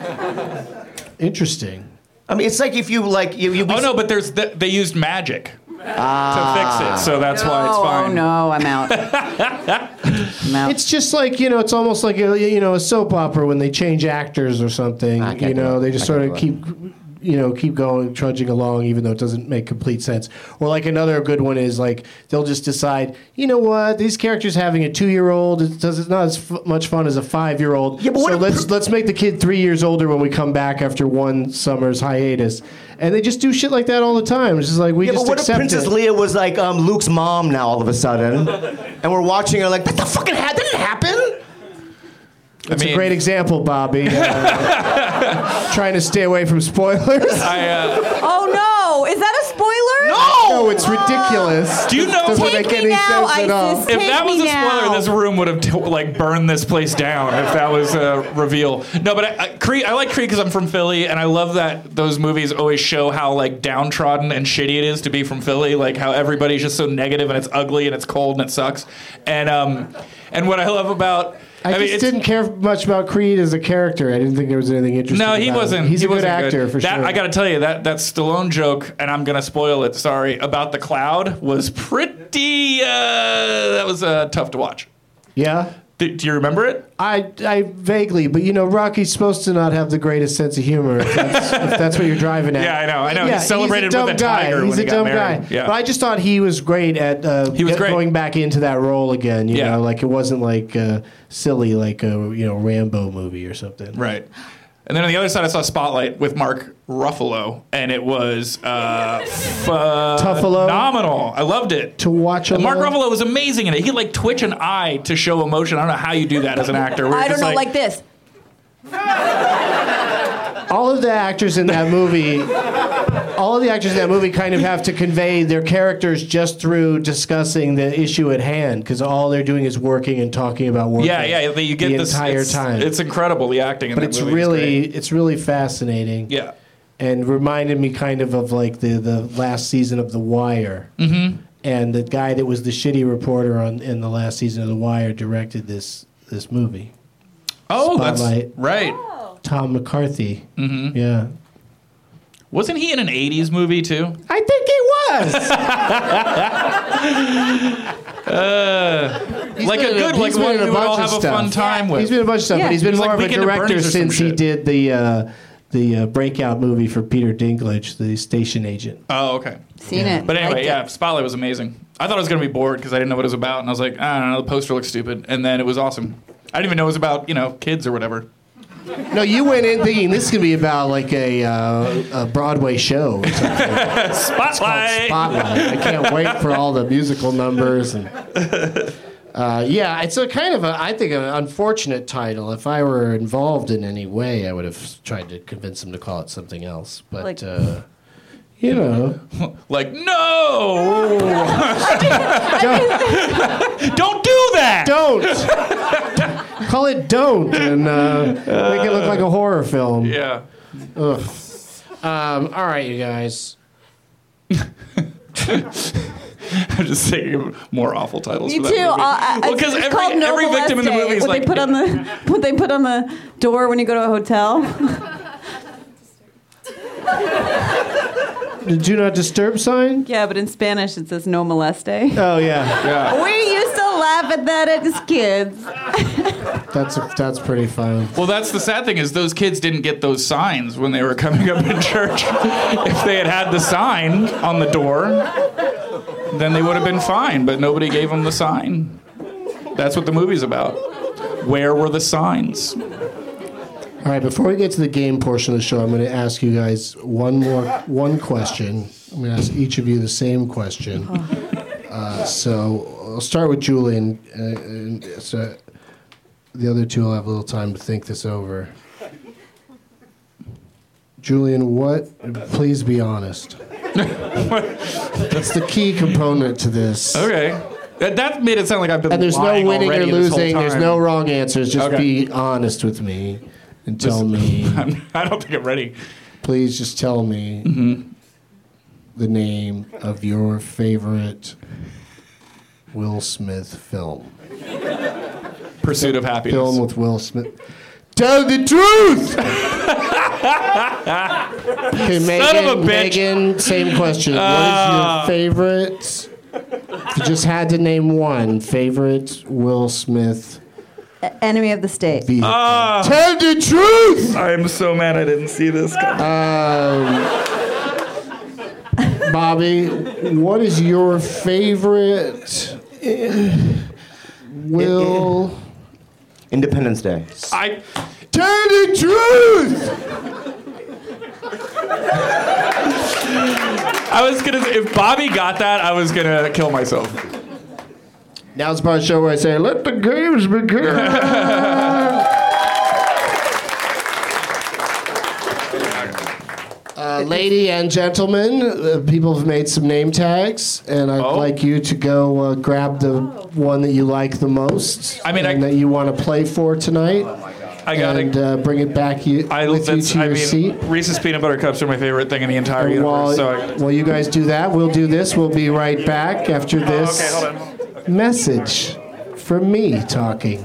Interesting. I mean, it's like if you like you. you Oh no, but there's th- they used magic Ah. to fix it, so that's why it's Oh, fine. Oh no, I'm (laughs) out. I'm out. It's just like you know, it's almost like a you know a soap opera when they change actors or something. I can't You do know, it. they just I sort of can't do keep you know keep going trudging along even though it doesn't make complete sense or like another good one is like they'll just decide you know what these characters having a two-year-old it does it's not as f- much fun as a five-year-old Yeah, but what so if- let's let's make the kid three years older when we come back after one summer's hiatus and they just do shit like that all the time it's just like we yeah, just but what if accept Princess it. Leia was like um, Luke's mom now all of a sudden, and we're watching her like that? The fucking ha- that didn't happen. That's I mean- a great example, (laughs) Bobby. (laughs) Uh, trying to stay away from spoilers. I, uh, (laughs) oh no, is that a spoiler? (laughs) Ah! No, it's ridiculous. Do you know- Doesn't Take make me any now, sense at all. ISIS. if Take that was me a spoiler, now. this room would have t- like burned this place down. If that was a reveal, no. But I, I, Creed, I like Creed because I'm from Philly, and I love that those movies always show how like downtrodden and shitty it is to be from Philly. Like how everybody's just so negative, and it's ugly, and it's cold, and it sucks. And um, and what I love about I, mean, just it's- didn't care much about Creed as a character. I didn't think there was anything interesting. No, about he him. wasn't. He's he a good wasn't actor for that, sure. I got to tell you that that Stallone joke, and I'm gonna spoil it. Sorry about the cloud was pretty. Uh, that was uh, tough to watch. yeah. Do, do you remember it? I, I vaguely, but you know, Rocky's supposed to not have the greatest sense of humor. If that's, (laughs) if that's what you're driving at. Yeah, I know, I know. He celebrated he's a dumb with a guy. tiger when He's a he got dumb married. guy. Yeah. But I just thought he was great at uh, He was get- great. going back into that role again. You Yeah. know, like it wasn't like uh, silly, like a you know Rambo movie or something. Right. And then on the other side, I saw Spotlight with Mark Ruffalo, and it was uh, Tuffalo? phenomenal. I loved it. To watch And Mark alone? Ruffalo was amazing in it. He could like twitch an eye to show emotion. I don't know how you do that as an actor. We're I don't just know, like, this. all of the actors in that movie all of the actors in that movie kind of have to convey their characters just through discussing the issue at hand because all they're doing is working and talking about work Yeah, yeah. You get the this entire it's, time It's incredible the acting. In but that it's movie is really great. it's really fascinating yeah. and reminded me kind of of like the, the last season of The Wire. Mm-hmm. And the guy that was the shitty reporter on in the last season of The Wire directed this this movie. Oh, that's Spotlight. right. Tom McCarthy. Mm-hmm. Yeah. Wasn't he in an '80s movie too? I think he was. like been a in a- good, he's like been one in a we would bunch all of have a stuff. fun time with. He's been in a bunch of stuff, Yeah. but he's been He's like more of a Weekend at director Bernie's or some since he shit. did the uh, the uh, breakout movie for Peter Dinklage, the station agent. oh, okay. Seen it. But anyway, Liked it. yeah, Spotlight was amazing. I thought I was going to be bored because I didn't know what it was about, and I was like, I don't know, the poster looks stupid, and then it was awesome. I didn't even know it was about you know kids or whatever. No, you went in thinking this could be about like a, uh, a Broadway show. (laughs) or something. Spotlight. Spotlight. I can't wait for all the musical numbers (laughs) and. Uh, yeah, it's a kind of a, I think, an unfortunate title. If I were involved in any way, I would have tried to convince him to call it something else. But, Like- uh, you know. (laughs) like no, (laughs) don't do that. Don't. (laughs) Call it "Don't" and uh, make it look like a horror film. Yeah. Ugh. Um, all right, you guys. I'm just thinking of more awful titles. Me for too. that movie. Uh, I- well, it's because it's every, called No every victim in the Molest movie is Day, what like they put on the (laughs) what they put on the door when you go to a hotel. (laughs) Do not disturb sign. yeah, but in Spanish it says No (laughs) Moleste. Oh yeah, Yeah. We used to laugh at that as kids. that's that's pretty fun. Well, that's the sad thing is those kids didn't get those signs when they were coming up in church. (laughs) if they had had the sign on the door, then they would have been fine. But nobody gave them the sign. That's what the movie's about. Where were the signs? All right, before we get to the game portion of the show, I'm going to ask you guys one more one question. I'm going to ask each of you the same question. Uh, so I'll start with Julian, uh, and so the other two will have a little time to think this over. Julian, what? Please be honest. That's the key component to this. Okay. That, that made it sound like I've been And there's no lying winning or already this whole losing. There's time. no wrong answers. Just Okay. be honest with me and tell me. (laughs) I'm, (laughs) I don't think I'm ready. please just tell me the name of your favorite Will Smith film. Pursuit of happiness. Film with Will Smith. Tell the (laughs) truth. okay, Megan, Son of a bitch. Megan, same question. Ah. what is your favorite? If you just had to name one favorite Will Smith Enemy of the state. vehicle. Tell the truth. I am so mad I didn't see this. coming. Bobby, what is your favorite Will? Independence Day. I Tell the truth! I was gonna if Bobby got that I was gonna kill myself. Now it's part of the show where I say, let the games begin. Uh, lady and gentlemen, uh, people have made some name tags, and I'd Oh. like you to go uh, grab the one that you like the most I mean, I- and that you want to play for tonight. I got and it. uh, bring it back you, I, with you that's, to I your mean, seat. Reese's peanut butter cups are my favorite thing in the entire And universe. while, So I, while you guys do that, we'll do this. We'll be right back after this Oh, okay, hold on. message from me talking.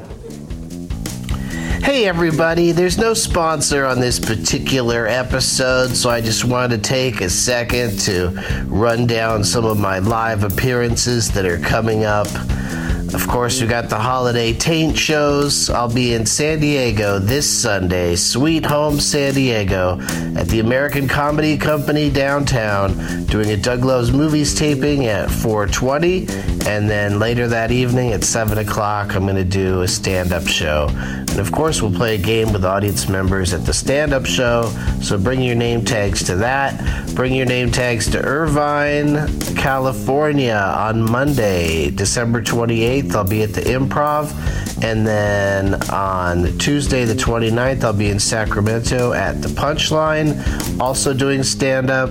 Hey everybody, there's no sponsor on this particular episode, so I just wanted to take a second to run down some of my live appearances that are coming up. Of course, we got the holiday taint shows. I'll be in San Diego this Sunday, Sweet Home San Diego, at the American Comedy Company downtown, doing a Doug Loves Movies taping at 420, and then later that evening at 7 o'clock, I'm going to do a stand-up show. And of course, we'll play a game with audience members at the stand up show. So bring your name tags to that. Bring your name tags to Irvine, California on Monday, December 28th. I'll be at the improv. And then on Tuesday, the 29th, I'll be in Sacramento at the Punchline, also doing stand up.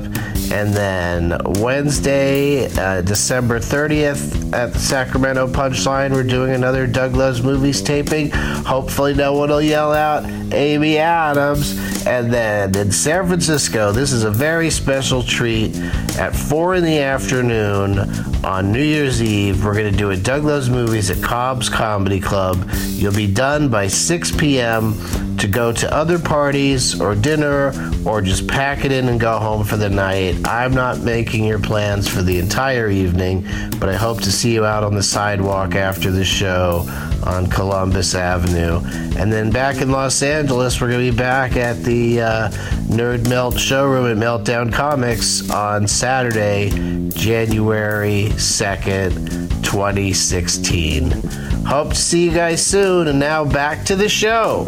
And then Wednesday, uh, December 30th, at the Sacramento Punchline, we're doing another Doug Loves Movies taping. Hopefully, no one will yell out Amy Adams. And then in San Francisco, this is a very special treat. At 4 in the afternoon on New Year's Eve, we're going to do a Doug Loves Movies at Cobb's Comedy Club. You'll be done by 6 p.m. to go to other parties or dinner or just pack it in and go home for the night. I'm not making your plans for the entire evening, but I hope to see you out on the sidewalk after the show on Columbus Avenue. And then back in Los Angeles, we're going to be back at the uh, Nerd Melt showroom at Meltdown Comics on Saturday, January 2nd, 2016. Hope to see you guys soon. And now back to the show.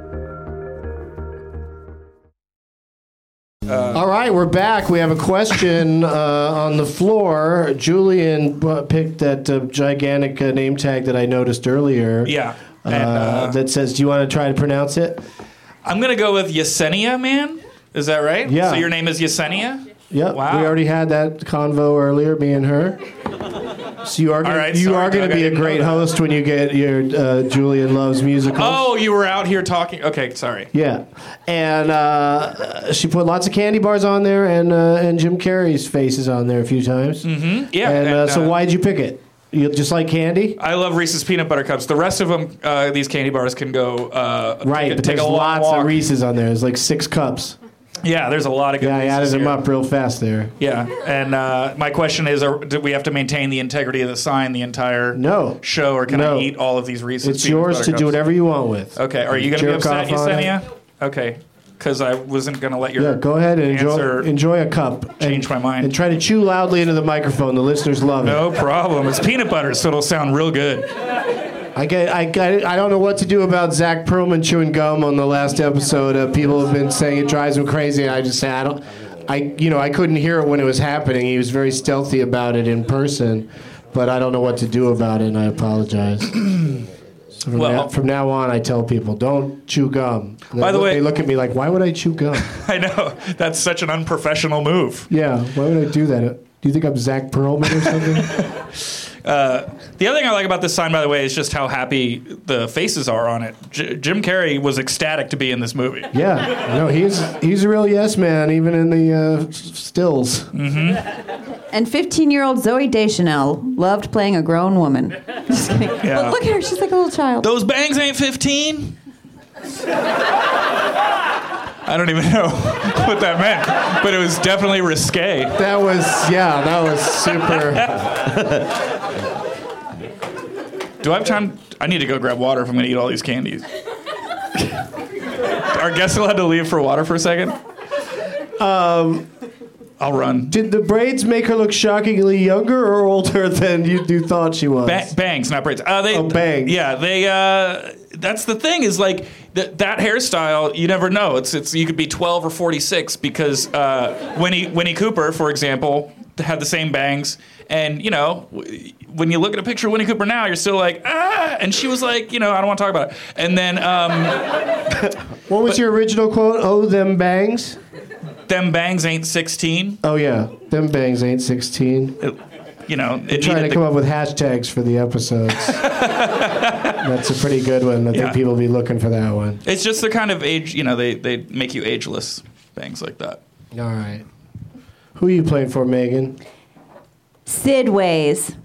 All right, we're back. We have a question uh, on the floor. Julian uh, picked that uh, gigantic uh, name tag that I noticed earlier. Yeah. Uh, And, uh, that says, "Do you want to try to pronounce it?" I'm gonna go with Yesenia, man. Is that right? Yeah. So your name is Yesenia. Yep. Wow. We already had that convo earlier, me and her. So you are gonna, All right, you sorry, are Doug, going to I be a didn't know great that. host when you get your uh, Julian Loves musical. Oh, you were out here talking. Okay, sorry. Yeah, and uh, she put lots of candy bars on there, and uh, and Jim Carrey's faces on there a few times. Mm-hmm. Yeah, And, uh, and, so uh, why'd you pick it? You just like candy? I love Reese's peanut butter cups. The rest of them, uh, these candy bars can go uh, Right, Take a, but take there's a long lots walk. of Reese's on there. There's like six cups. yeah, there's a lot of good. Yeah, I Reese's added them here. up real fast there. Yeah, and uh, my question is: are, Do we have to maintain the integrity of the sign the entire No. show, or can No. I eat all of these Reese's? It's peanut yours butter to cups? do whatever you want with. Okay, are you going to be Jerk upset, off on it. Yesenia? Okay, because I wasn't going to let your Yeah, go ahead and enjoy, answer enjoy a cup. change my mind. And try to chew loudly into the microphone. The listeners love it. No problem. It's peanut butter, so it'll sound real good. (laughs) I get, I get, I don't know what to do about Zach Perlman chewing gum on the last episode. Uh, people have been saying it drives him crazy, and I just say I don't. I you know I couldn't hear it when it was happening. He was very stealthy about it in person, but I don't know what to do about it, and I apologize. So from, Well- now, from now on, I tell people don't chew gum. And they By the look- way- they look at me like, why would I (laughs) chew gum? I know that's such an unprofessional move. yeah, why would I do that? Do you think I'm Zach Perlman or (laughs) something? The other thing I like about this sign, by the way, is just how happy the faces are on it. J- Jim Carrey was ecstatic to be in this movie. yeah, no, he's he's a real yes man, even in the uh, s- stills. And 15 year old Zoe Deschanel loved playing a grown woman. (laughs) Just kidding. But look at her, she's like a little child. Those bangs ain't 15. I don't even know (laughs) what that meant, but it was definitely risque. That was yeah, that was super. Do I have time? I need to go grab water if I'm going to eat all these candies. Our guests allowed to leave for water for a second? Um, I'll run. Did the braids make her look shockingly younger or older (laughs) than you, you thought she was? Ba- bangs, not braids. Uh, they, Oh, bangs. Yeah, they. Uh, that's the thing is like th- that hairstyle. You never know. It's it's you could be twelve or forty six because uh, Winnie Winnie Cooper, for example, had the same bangs. And you know, w- when you look at a picture of Winnie Cooper now, you're still like ah. And she was like, you know, I don't want to talk about it. And then um, What was your original quote? Oh, them bangs. them bangs ain't sixteen. Oh yeah, them bangs ain't sixteen. It- you know, it Trying to needed come the- up with hashtags for (laughs) the episodes. That's a pretty good one. I think Yeah. people will be looking for that one. It's just the kind of age. You know, they they make you ageless. Bangs like that. All right. Who are you playing for, Megan? Sidways.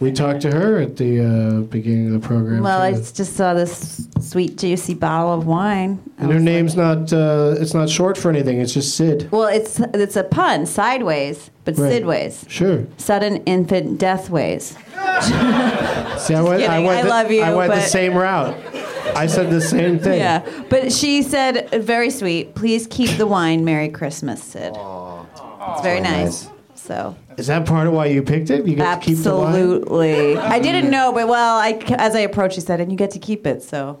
We talked to her at the uh, beginning of the program. Well, too. I just saw this sweet, juicy bottle of wine. I and was her like- name's not. Uh, it's not short for anything. It's just Sid. Well, it's it's a pun, sideways, but Right. sidways. Sure. Sudden infant death ways. See, I went, I, kidding. went I the, love you, I went the but- same route. I said the same thing. Yeah, but she said, uh, very sweet, please keep the wine. Merry Christmas, Sid. It's very nice. So, Is that part of why you picked it? You get to keep the wine? absolutely. (laughs) I didn't know, but well, I, as I approached, she said, and you get to keep it. So,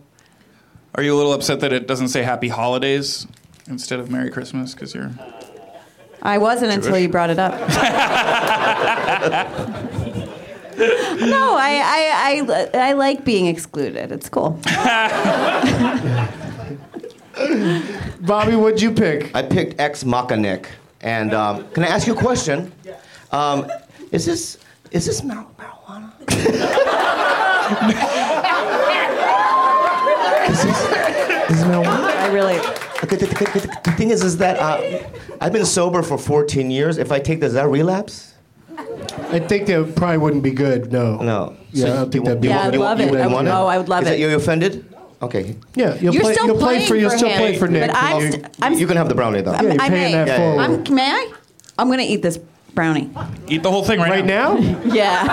Are you a little upset that it doesn't say Happy Holidays instead of Merry Christmas? Because you're I wasn't until Jewish. you brought it (laughs) up. no, I, I, I, I like being excluded. It's cool. Bobby, what'd you pick? I picked Ex Machinic, and um, can I ask you a question? Um, is this is this mar- (laughs) marijuana? is this, is marijuana? I really. The, the- the- the thing is, is that uh, I've been sober for 14 years. If I take this, does that relapse? I think that probably wouldn't be good. No. No. Yeah, I don't think that'd be. Yeah, I'd good. love it. I would- oh, I would love Is that it. you offended? Okay. Yeah, you'll You're play. still you'll play playing for. You'll for still him, play for Nick. but I'm You- st- I'm you can have the brownie though. Yeah, you're I paying may. that forward. I'm, (laughs) may I? I'm gonna eat this brownie. Eat the whole thing right, right now. Yeah.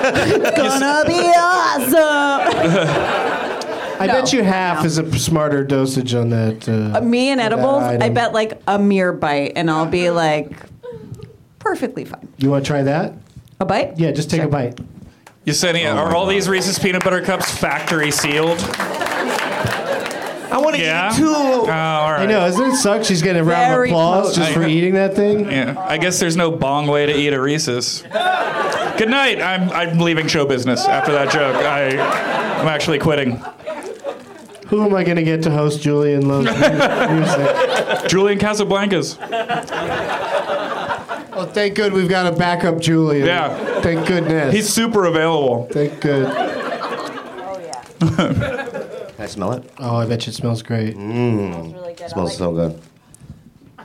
(laughs) it's gonna be (laughs) awesome. I bet you half is a smarter dosage on that. Uh, Me and that edibles, I item. bet like a mere bite, and I'll be like perfectly fine. You want to try that? A bite? Yeah, just take a bite. Yesenia, are all these Reese's peanut butter cups factory sealed? I want to Yeah. eat two. Oh, all right. I know. Doesn't it suck? She's getting a round of Very applause close. just for eating that thing. Yeah. I guess there's no bong way to eat a Reese's. Good night. I'm, I'm leaving show business after that joke. I, I'm actually quitting. Who am I going to get to host Julian Loves Music? Julian Casablancas. (laughs) Well, thank good we've got a backup Julian. Yeah. Thank goodness. He's super available. thank good. Oh, (laughs) Can I smell it? Mm, Oh, I bet you it smells great. It smells so good.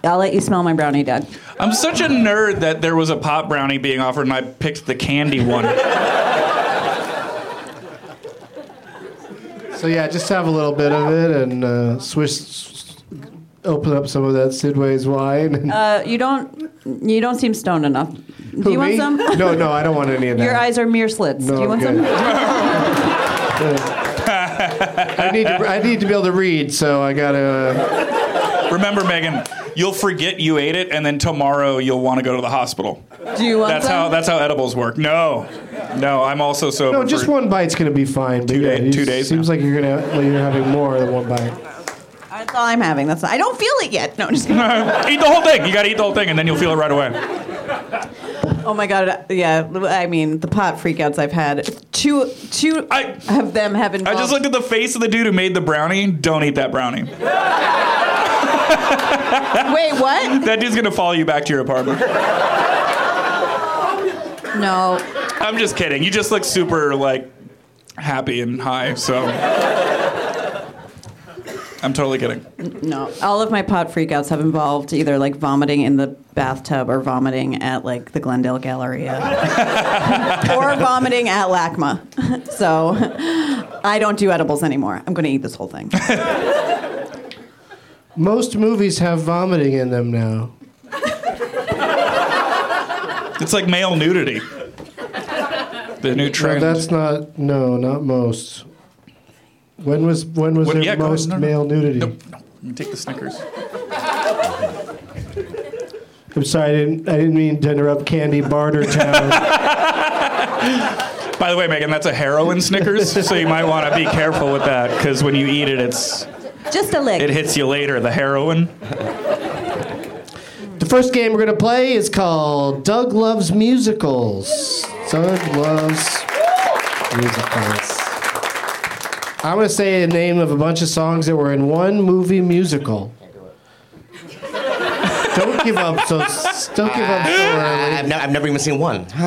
I'll let you smell my brownie, Doug. I'm such a nerd that there was a pop brownie being offered and I picked the candy one. So yeah, just have a little bit of it and uh, swish, open up some of that Sidway's wine. And, Uh, you don't. You don't seem stoned enough. Do Who, you want (laughs) me? some? No, no, I don't want any of that. (laughs) Your eyes are mere slits. No, Do you want I'm good. some? (laughs) I need to. I need to be able to read, so I gotta. Uh, Remember, Megan, you'll forget you ate it, and then tomorrow you'll want to go to the hospital. Do you want That's some? how that's how edibles work. No, no, I'm also sober. no, just for- one bite's gonna be fine. But Two yeah, day- you- two days Seems now. like you're gonna. Well, you're having more than one bite. That's all I'm having. That's. I don't feel it yet. No, I'm just. Kidding. (laughs) eat the whole thing. You got to eat the whole thing, and then you'll feel it right away. Oh my god. Yeah. I mean, the pot freakouts I've had. Two. Two I- of them have I involved. just looked at the face of the dude who made the brownie. Don't eat that brownie. Wait, what? That dude's gonna follow you back to your apartment. (laughs) No. I'm just kidding. You just look super like happy and high. So I'm totally kidding. No, all of my pot freakouts have involved either like vomiting in the bathtub or vomiting at like the Glendale (laughs) Galleria or vomiting at LACMA. So I don't do edibles anymore. I'm going to eat this whole thing. Most movies have vomiting in them now. It's like male nudity. The new No, trend. that's not. No, not most. When was when was When- there yeah, go ahead. most No, no. male nudity? No, no. You Take the Snickers. I'm sorry, I didn't. I didn't mean to interrupt Candy Barter (laughs) Town. By the way, Megan, that's a heroin Snickers, so you might want to be careful with that because when you eat it, it's Just a lick. it hits you later. The heroin. the first game we're gonna play is called Doug Loves Musicals. Doug loves musicals. I'm gonna say a name of a bunch of songs that were in one movie musical. don't give up so don't give up so early. Ah, I've, ne- I've never even seen one. (laughs)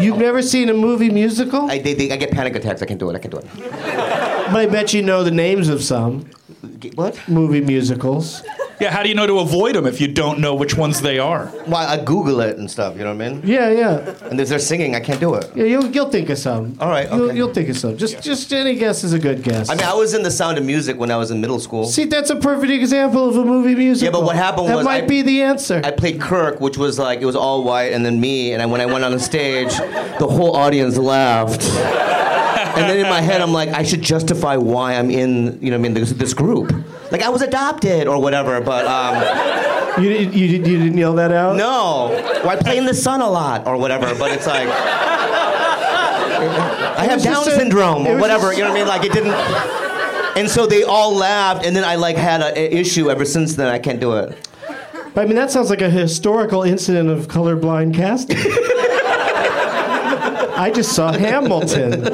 You've never seen a movie musical? I, they, they, I get panic attacks. I can't do it. I can't do it. But I bet you know the names of some G- What? movie musicals. Yeah, how do you know to avoid them if you don't know which ones they are? Why I Google it and stuff. You know what I mean? Yeah, yeah. And if they're singing, I can't do it. yeah you'll, you'll think of some. All right, You'll, okay. you'll think of some. Just just any guess is a good guess. I mean, I was in the Sound of Music when I was in middle school. See, that's a perfect example of a movie musical. what happened that was might I- be the answer. I played Kirk, which was like it was all white, and then me. And I, when I went on the stage, the whole audience laughed. And then in my head, I'm like, I should justify why I'm in, you know, what I mean, this, this group. Like I was adopted or whatever, but um, you, didn't- you, didn't- you didn't yell that out? no. Well, I play in the sun a lot or whatever, but it's like I have was just Down a- syndrome it or was whatever. just- You know what I mean? Like it didn't. And so they all laughed, and then I like had an issue ever since then. I can't do it. But I mean, that sounds like a historical incident of colorblind (laughs) casting. I just saw Hamilton.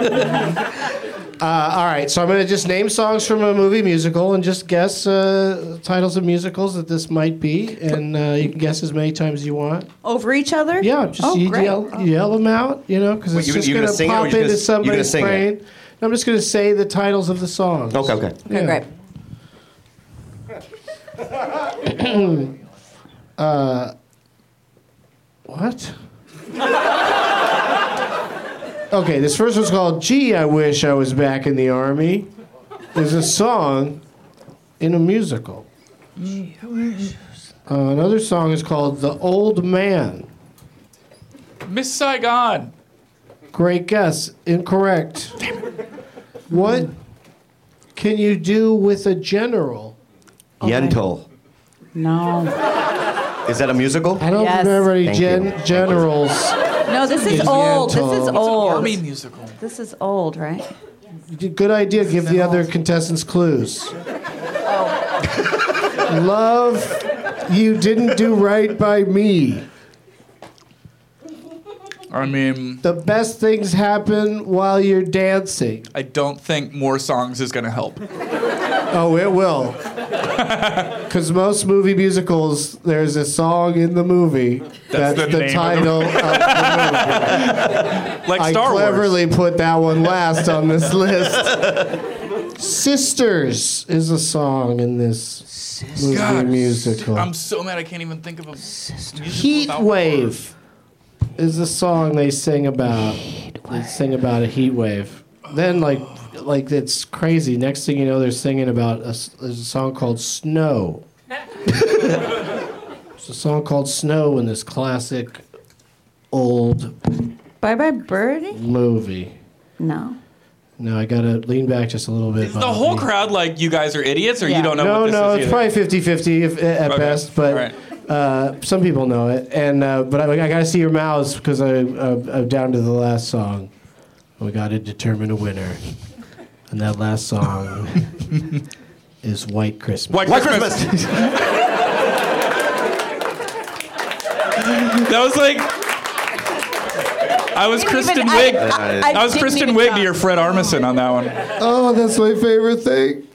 Uh, all right, so I'm going to just name songs from a movie musical and just guess uh, titles of musicals that this might be, and uh, you can guess as many times as you want. Over each other? Yeah, just E oh, you great. yell, yell them out, you know, because Wait, it's you're gonna- just you're gonna going to sing it or pop you're just gonna- into you're gonna sing it? somebody's brain. I'm just going to say the titles of the songs. Okay, okay. Yeah. Okay, great. What? Okay, this first one's called Gee, I Wish I Was Back in the Army. There's a song in a musical. Uh, another song is called The Old Man. Miss Saigon. Great guess. Incorrect. What can you do with a general? Yentl. No. Is that a musical? I don't remember any Thank you. gen- generals. No, this is Is old. This Yentl. is It's an old. army musical. This is old, right? Good idea. Give the other contestants clues. Love, you didn't do right by me. I mean, The best things happen while you're dancing. I don't think more songs is going to help. Oh, it will. (laughs) Because most movie musicals, there's a song in the movie that's, the name the, of the (laughs) title of the movie. Like I Star Wars. cleverly put that one last on (laughs) this list. Sisters is a song in this movie God, musical. I'm so mad I can't even think of a musical Heat about war. wave is the song they sing about. They sing about a heat wave. Then like like it's crazy. Next thing you know, they're singing about a, s- there's a song called (laughs) Snow. it's a song called Snow in this classic old Bye bye birdie. movie. No. No, I gotta lean back just a little bit. The whole crowd, like, you guys are idiots or you don't know no, what this no, is it's either. probably 50 50 at Okay. best, but All right. uh, some people know it. And uh, But I, I got to see your mouths because I, I'm I'm down to the last song. We got to determine a winner. And that last (laughs) song is White Christmas. White, Christmas. that was like. I, was Kristen Wiig. I, I was didn't Kristen even Wiig come. to your Fred Armisen on that one. Oh, that's my favorite thing.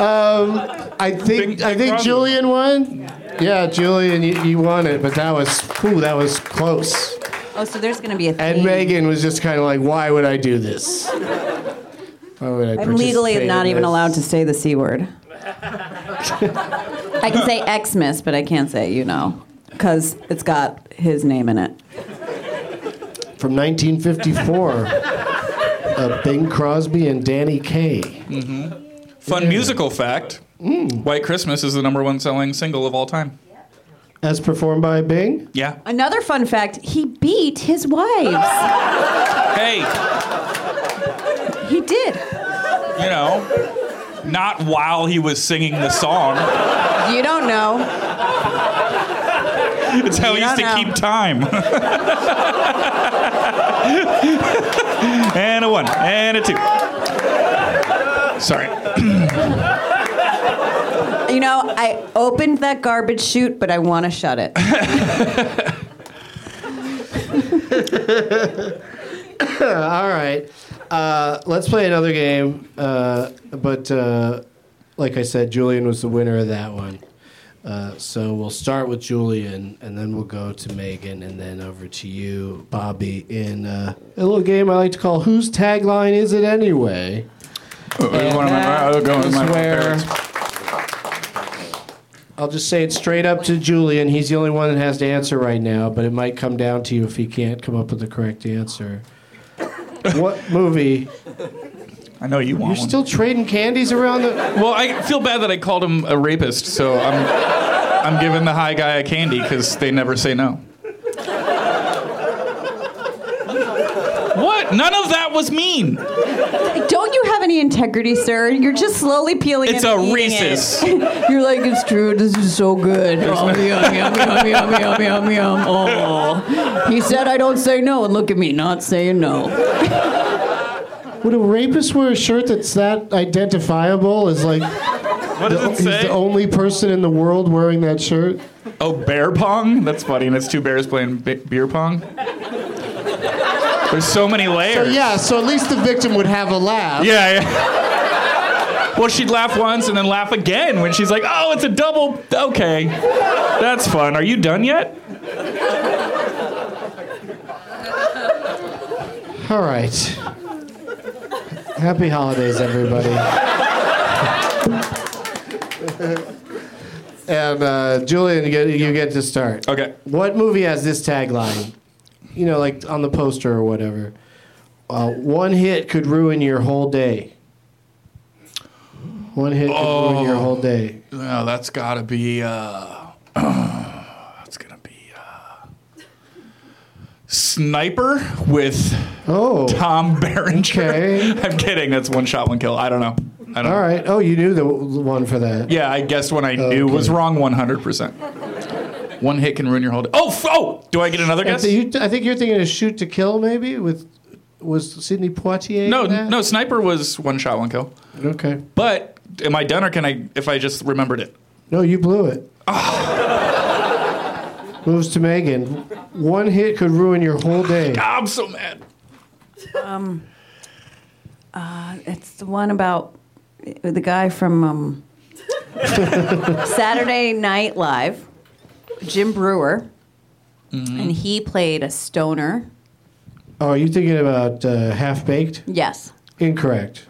Um, I think Big- I big think problem. Julian won. Yeah, Julian, you, you won it, but that was ooh, that was close. Oh, so there's gonna be a And thing. Megan was just kind of like, "Why would I do this? Why would I?" I'm legally participate not in even this?" allowed to say the c (laughs) word. I can say Xmas, but I can't say you know, because it's got his name in it. From 1954, uh, Bing Crosby and Danny Kaye. Fun musical fact White Christmas is the number one selling single of all time. As performed by Bing. Yeah. Another fun fact: he beat his (laughs) wives. Hey, He did. you know, not while he was singing the song. You don't know. It's how he You used to don't know. keep time. (laughs) and a one, and a two. Sorry. You know, I opened that garbage chute, but I want to shut it. All right. Uh, let's play another game. Uh, but uh, like I said, Julian was the winner of that one. Uh, so we'll start with Julian, and then we'll go to Megan, and then over to you, Bobby, in uh, a little game I like to call "Whose Tagline Is It Anyway?" This where I'll just say it straight up to Julian. He's the only one that has to answer right now, but it might come down to you if he can't come up with the correct answer. what movie? I know you want You're one. still trading candies around the. Well, I feel bad that I called him a rapist, so I'm I'm giving the high guy a candy because they never say no. What? None of that was mean. Don't you have any integrity, sir? You're just slowly peeling It's it. and a eating it. rhesus. (laughs) You're like, it's true. This is so good. Oh, yum, yum, yum, yum, yum, yum, yum. Oh. He said, I don't say no. And look at me, not saying no. Would a rapist wear a shirt that's that identifiable? (laughs) Is like What does it he's the say? only person in the world wearing that shirt. Oh, bear pong. That's funny. And it's two bears playing bi- beer pong. There's so many So layers. yeah, so at least the victim would have a laugh. Yeah. yeah. Well, she'd laugh once and then laugh again when she's like, "Oh, it's a double." Okay, that's fun. Are you done yet? All right. Happy holidays, everybody. and uh, Julian, you get, you get to start. Okay. What movie has this tagline? you know, like on the poster or whatever. Uh, one hit could ruin your whole day. One hit could ruin your whole day. No, that's got to be. Uh, (clears throat) that's gonna be uh, sniper with oh Tom Berenger. (laughs) I'm kidding. That's one shot, one kill. I don't know. I don't. All right. Oh, you knew the the one for that. Yeah, I guessed when I knew was wrong 100. percent One hit can ruin your whole. Day. Oh, f- oh! Do I get another I guess? thi- you- I think you're thinking of shoot to kill, maybe with was Sidney Poitier. in No, that? no. Sniper was one shot, one kill. Okay. But am I done, or can I? If I just remembered it. No, you blew it. Moves to Megan. One hit could ruin your whole day. I'm so mad. Um, uh, it's the one about the guy from um, Saturday Night Live, Jim Brewer, Mm-hmm. and he played a stoner. Oh, are you thinking about uh, half baked? Yes. Incorrect.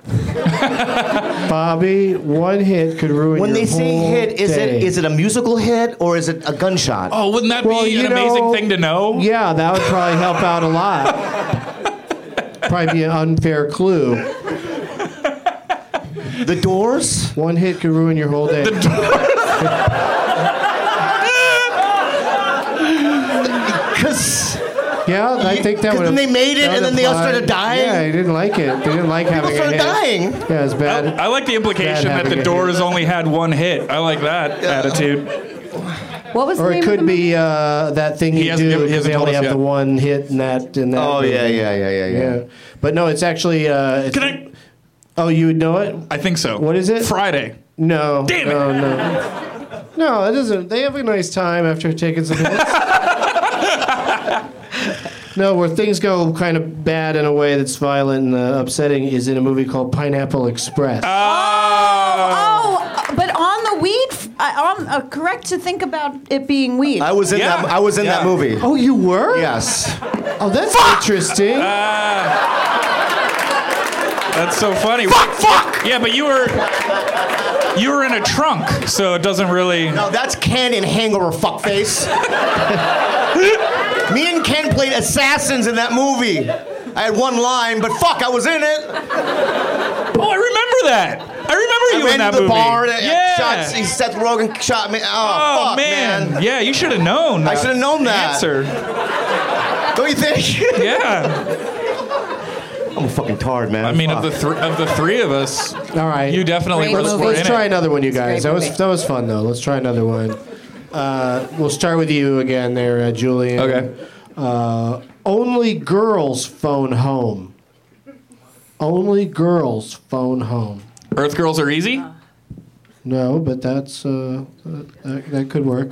Bobby, one hit could ruin When your they say whole hit, is day. it is it a musical hit or is it a gunshot? Oh, wouldn't that Well, be you an know- amazing thing to know? Yeah, that would probably help out a lot. probably be an unfair clue. The Doors. One hit could ruin your whole day. Because Yeah, I think that Because would. then they made it, that and would then they all apply. started dying. Yeah, they didn't like it. They didn't like having started a hit. dying. Yeah, it's bad. I like the implication Bad that habit. the Doors only had one hit. I like that attitude. What was Or the name it of could the movie? be uh, that thing He you hasn't do. given- he 'cause hasn't they told us only have the yet. one hit in that. In that Oh, yeah, movie. yeah, yeah, yeah, yeah. But no, it's actually. Uh, it's- Can I? Oh, you would know it? I think so. What is it? Friday. No. Damn it. no, No, no. it doesn't. They have a nice time after taking some hits. (laughs) no, where things go kind of bad in a way that's violent and uh, upsetting is in a movie called Pineapple Uh, Express. Oh, Oh, but on the weed. f- I, on, uh, correct to think about it being weed. I was in Yeah. that. I was in that Yeah. movie. oh, you were? Yes. Oh, that's interesting. Uh, that's so funny. Fuck, fuck. Yeah, but you were you were in a trunk, so it doesn't really. No, Oh, that's Ken in Hangover Fuckface. Me and Ken played assassins in that movie. I had one line, but fuck, I was in it. Oh, I remember that. I remember I you ran to in that the movie. bar. And yeah. shot, Seth Rogen shot me. Oh, Oh fuck, man. man. yeah, you should have known. I that shoulda known that. (laughs) answer. Don't you think? Yeah, I'm a fucking tard, man. I mean, Fuck. of the thr of the three of us, All right. you definitely Great were, Let's, movie. were let's in try it. another one, you a great guys. That was movie. that was fun though. Let's try another one. Uh, we'll start with you again, there, uh, Julian. Okay. Uh, only girls phone home. Only girls phone home. Earth Girls Are Easy. Oh. No, but that's uh, that, that could work.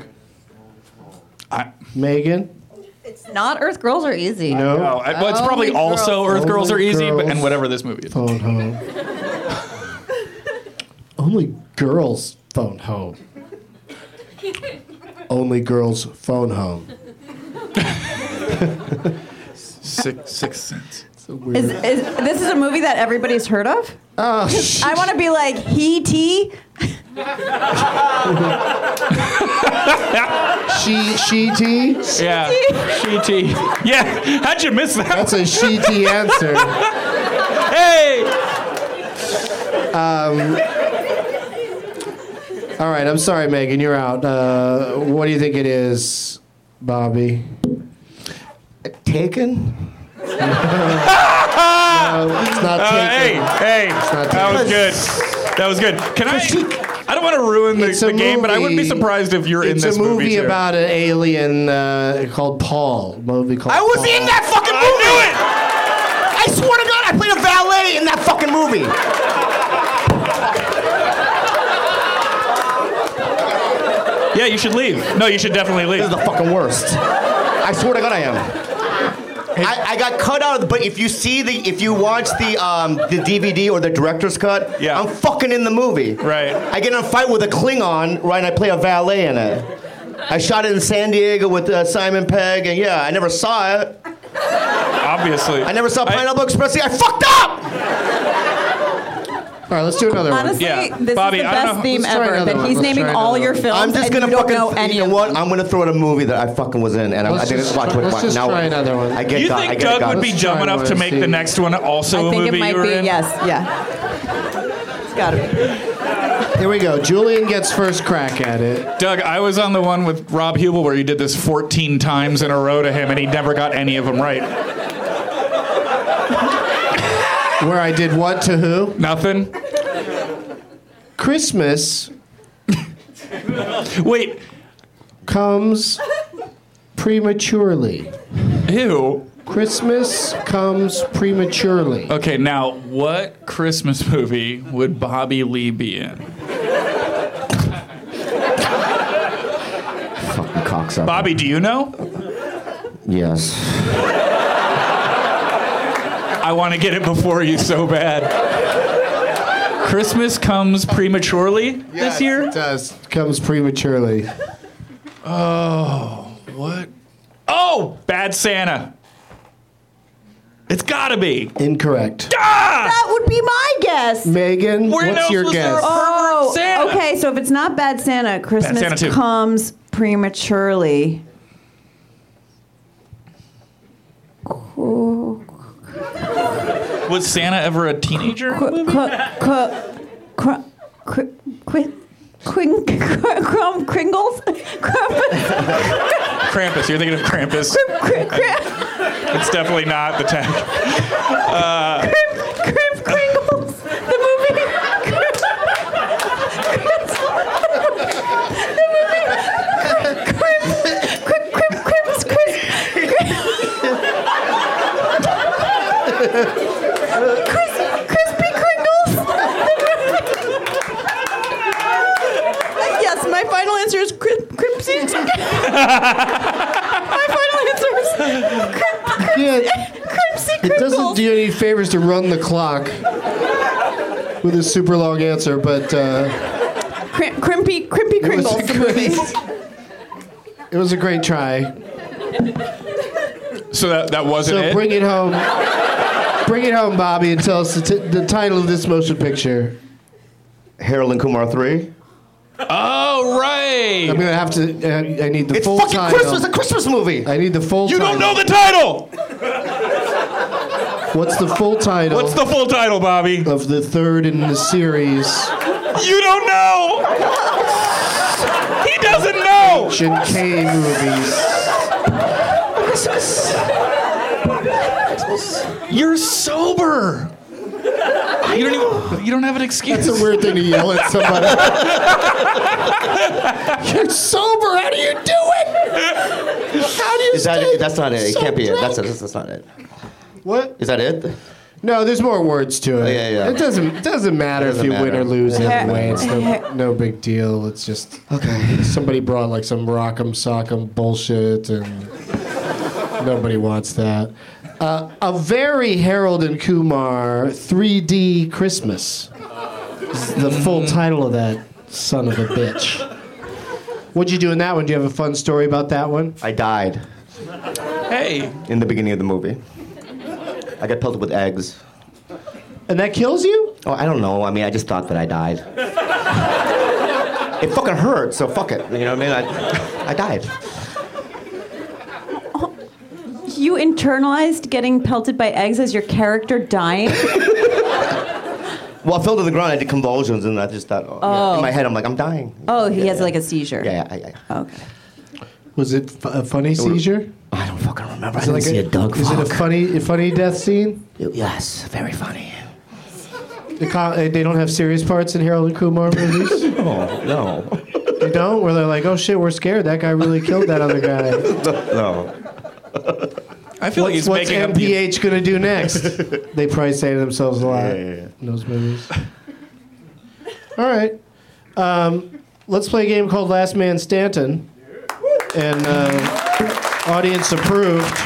I- Megan. It's not Earth Girls Are Easy. No. Oh, I- well, it's probably Only also Girls. Earth Girls Are Only Easy, but, Oh, Girls. Oh. and whatever this movie is. Phone home. Only girls phone home. Only girls phone home. Six, six cents. It's a weird. Is, is, this is a movie that everybody's heard of. oh, shit. I want to be like he T. She she tea? (laughs) Yeah, she tea. (laughs) Yeah, how'd you miss (laughs) that? That's a she tea answer. Hey, All right, I'm sorry, Megan, you're out. Uh, what do you think it is, Bobby? (laughs) Taken? It's not uh, hey, taken. hey, not that was good. That was good. Can I? I don't want to ruin the, It's a the game, but I wouldn't be movie- surprised if you're in It's this a movie, too. about an alien uh, called Paul. A movie called I was Paul. in that fucking I movie. knew it! I swear to God, I played a valet in that fucking movie. Yeah, you should leave. No, you should definitely This is leave. the fucking worst. I swear to God, I am. I, I got cut out of the. But if you see the, if you watch the um, the DVD or the director's cut, Yeah. I'm fucking in the movie. Right. I get in a fight with a Klingon, right, and I play a valet in it. I shot it in San Diego with uh, Simon Pegg, and yeah, I never saw it. Obviously, I never saw Pineapple Express. I fucked up. (laughs) All right, let's do another Honestly, one. this is the best theme ever. That he's naming all your films. I'm just and gonna you fucking. Don't know any you know what? I'm gonna throw in a movie that I fucking was in, and I'm, I E Let's didn't just watch try- what. let's what- just now try another one. I get. you got, I think get Doug got- would be dumb enough to make the next one also I a think movie it might you were be. in? Yes. Yeah. It's gotta be. Here we go. Julian gets first crack at it. Doug, I was on the one with Rob Hubel where you did this 14 times in a row to him, and he never got any of them right. Where I did what to who? Nothing. Christmas Wait. comes prematurely. Ew. Christmas comes prematurely. Okay, now what Christmas movie would Bobby Lee be in? Fucking cocksucker. Bobby, do you know? Yes. I want to get it before you so bad. Christmas comes prematurely this year? It does. Comes prematurely. Oh, what? Oh, Bad Santa. It's gotta be. Incorrect. Ah! That would be my guess. Megan, Where what's else your was there guess? a- Oh, Santa. okay. So if it's not Bad Santa, Christmas Santa too. comes prematurely. Was Santa ever a teenager? Qu- qu- qu- qu- qu- qu- Quing, cr- crumb Kringles, Crump- Krampus. You're thinking of Krampus. cr- cr- It's definitely not the tag. Krimp Kringles, the movie. The movie. Krimp, Krimp, Krimp, Krimps, Krimp, Kris- Krispy Kringles. Yes, my final answer is Krim- Krimpsy. My final answer is Krimp- Yeah, Krimpsy Kringles. it doesn't do you any favors to run the clock with a super long answer, but uh, Crim- crimpy, crimpy it, was Kringles. a great, it was a great try. So that, that wasn't So it? bring it home. Bring it home, Bobby, and tell us the, t- the title of this motion picture. Harold and Kumar three. oh, I'm right. gonna have to. Uh, I need the It's full fucking title. Christmas. A Christmas movie. I need the full. You title. don't know the title. What's the full title? What's the full title, Bobby? of the third in the series? You don't know. He doesn't know. Jim K movies. You're sober. You don't even. You don't have an excuse. It's a weird thing to yell at somebody. (laughs) You're sober. How do you do it? How do you? Is that stay it? That's not it. It so can't be it. drunk? That's, that's that's not it. What? Is that it? Oh, No, there's more words to it. yeah, yeah. It doesn't it doesn't matter Doesn't if you win matter. or lose Yeah. anyway. It's no, no big deal. It's just okay. Somebody brought like some rock'em sock'em bullshit, and nobody wants that. Uh, a very Harold and Kumar 3D Christmas. Is the full Mm-hmm. title of that son of a bitch. What'd you do in that one? Do you have a fun story about that one? I died Hey, in the beginning of the movie. I got pelted with eggs. And that kills you? Oh, I don't know. I mean, I just thought that I died. it fucking hurt, so fuck it. You know what I mean? I, I died. You internalized getting pelted by eggs as your character (laughs) dying. Well, I fell to the ground. I did convulsions, and I just thought, oh, yeah. in my head, I'm like, I'm dying. Oh, he Yeah, has yeah. like a seizure. Yeah, yeah, yeah. yeah. Okay. Was it f- a funny seizure? I don't fucking remember. I Is it didn't see a, Doug Is it a fuck. funny, a funny death scene? It- yes, very funny. The co- uh, they don't have serious parts in Harold and Kumar (laughs) movies. Oh no, they don't, where they're like, "Oh shit, we're scared. That guy really killed that other (laughs) guy." no. I feel like he's What's making up. the- MPH gonna do (laughs) next? they probably say to themselves a lot Yeah, yeah, yeah. in those movies. (laughs) All right, um, let's play a game called Last Man Stanton, and uh, audience approved. (laughs)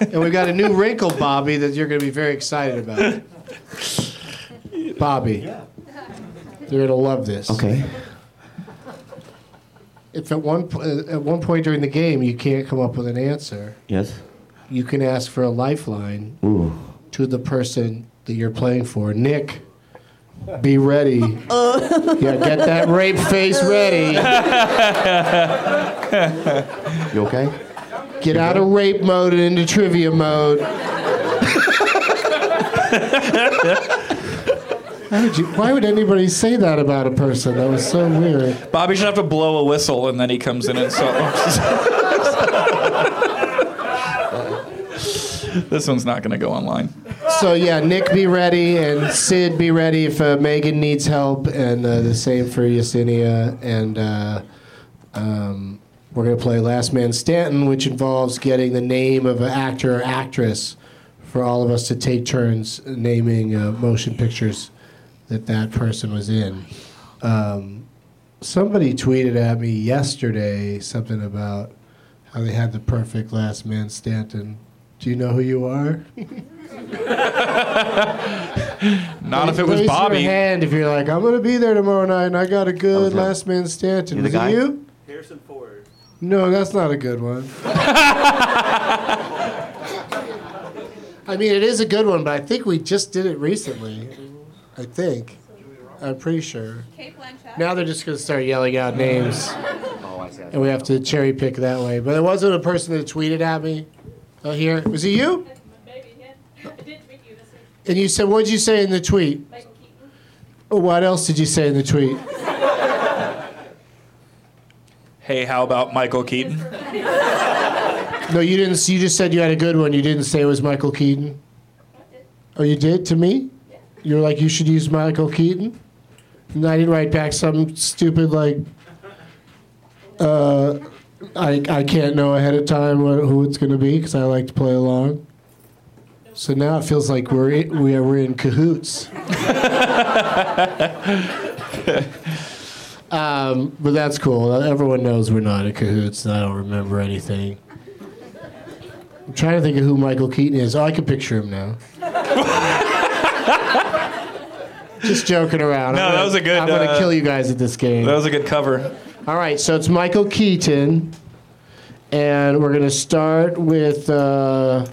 and we've got a new wrinkle, Bobby, that you're gonna be very excited (laughs) about. Bobby, you're gonna love this. Okay. If at one po- uh, at one point during the game you can't come up with an answer, Yes. you can ask for a lifeline to the person that you're playing for. Nick, be ready. yeah, get that rape face ready. You okay? Get out of rape mode and into trivia mode. Why would, you, why would anybody say that about a person? That was so weird. Bobby should have to blow a whistle and then he comes in and so. (laughs) this one's not going to go online. So yeah, Nick, be ready, and Sid, be ready if uh, Megan needs help, and uh, the same for Yesenia. And uh, um, we're gonna play Last Man Stanton, which involves getting the name of an actor or actress for all of us to take turns naming uh, motion pictures that that person was in. Um, somebody tweeted at me yesterday something about how they had the perfect Last Man Stanton. Do you know who you are? Not if it was Raise Bobby. Your hand if you're like, I'm gonna be there tomorrow night, and I got a good last man Stanton. You the Was guy? it you? Harrison Ford. No, that's not a good (laughs) one. I mean, it is a good one, but I think we just did it recently. I think. I'm pretty sure. Now they're just gonna start yelling out names, (laughs) Oh, I see. and we have to cherry pick that way. But it wasn't a person that tweeted at me. Oh, here was it you? And you said, what'd you say in the tweet? Oh, what else did you say in the tweet? Hey, how about Michael Keaton? No, you didn't. You just said you had a good one. You didn't say it was Michael Keaton. Oh, you did to me. You were like, you should use Michael Keaton. And I didn't write back some stupid like. Uh, I I can't know ahead of time what, who it's gonna be because I like to play along. So now it feels like we're in, we are, we're in (laughs) cahoots. um, but that's cool. Everyone knows we're not in cahoots, and I don't remember anything. I'm trying to think of who Michael Keaton is. Oh, I can picture him (laughs) now. Just joking around. No, I'm gonna, that was a good, I'm gonna uh, kill you guys at this game. That was a good cover. All right, so it's Michael Keaton, and we're gonna start with uh,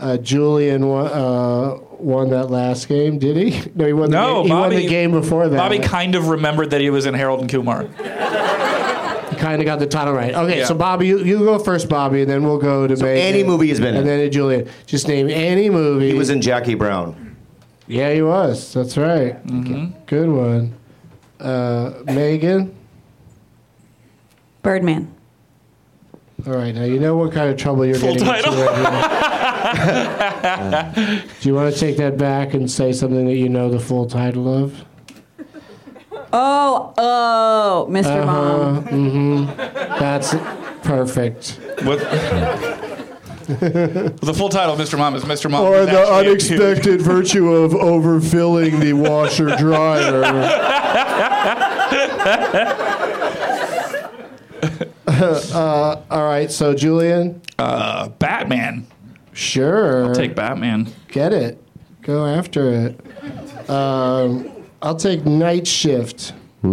uh, Julian. Won, uh, won that last game, did he? (laughs) No, he won. The No, game. he Bobby- won the game before that. Bobby kind of remembered that he was in Harold and Kumar. kind of got the title right. Okay, Yeah. so Bobby, you, you go first, Bobby, and then we'll go to so any movie he's been in. and then to Julian. Just name any movie. He was in Jackie Brown. Yeah, he was. That's right. Mm-hmm. Good one, uh, Megan. Birdman. All right, now you know what kind of trouble you're getting into right here. Do you want to take that back and say something that you know the full title of? Oh, oh, mister Uh-huh. Mom. hmm That's perfect. (laughs) With the full title of Mr. Mom is Mr. Mom. Or is the actually a dude. unexpected virtue of overfilling the washer dryer. (laughs) uh, all right, so Julian, Uh, Batman. sure, Take Batman. get it, go after it. Um, I'll take night shift. My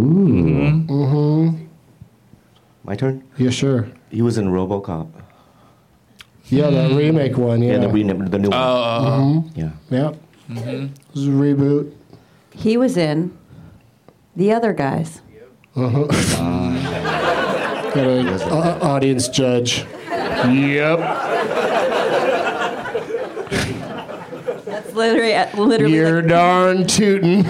turn. Yeah, sure. He was in RoboCop. Yeah, that remake one. Yeah. Yeah, Mm-hmm. the, re- the new one. yeah. yep. Mm-hmm. It was a reboot. He was in the other guys. Got an audience judge. Yep. That's uh, literally, literally. You're like- darn tootin'.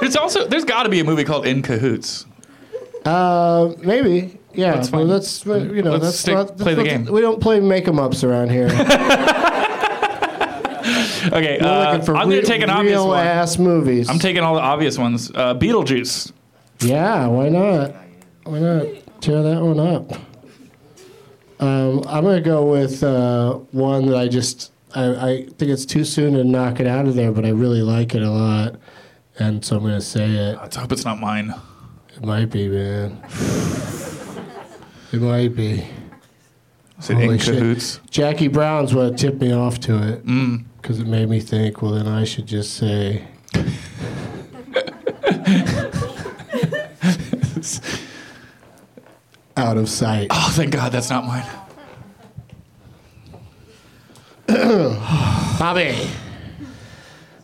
There's also there's got to be a movie called In Cahoots. Uh, maybe. Yeah. That's That's fine. well, that's well, you know Let's that's stick- not that's play the not- game. We don't play make 'em ups around (laughs) here. We're Okay, uh, I'm looking for gonna re- take an obvious real one. ass movies. I'm taking all the obvious ones. Uh, Beetlejuice. yeah. Why not? Why not tear that one up? Um, I'm gonna go with uh, one that I just I, I think it's too soon to knock it out of there, but I really like it a lot, and so I'm gonna say it. Let's hope it's not mine. It might be, man. it might be. Is it In Holy shit. Cahoots? Jackie Brown's what tipped me off to it Mm. because it made me think. Well, then I should just say (laughs) out of sight. Oh, thank God, that's not mine. Bobby.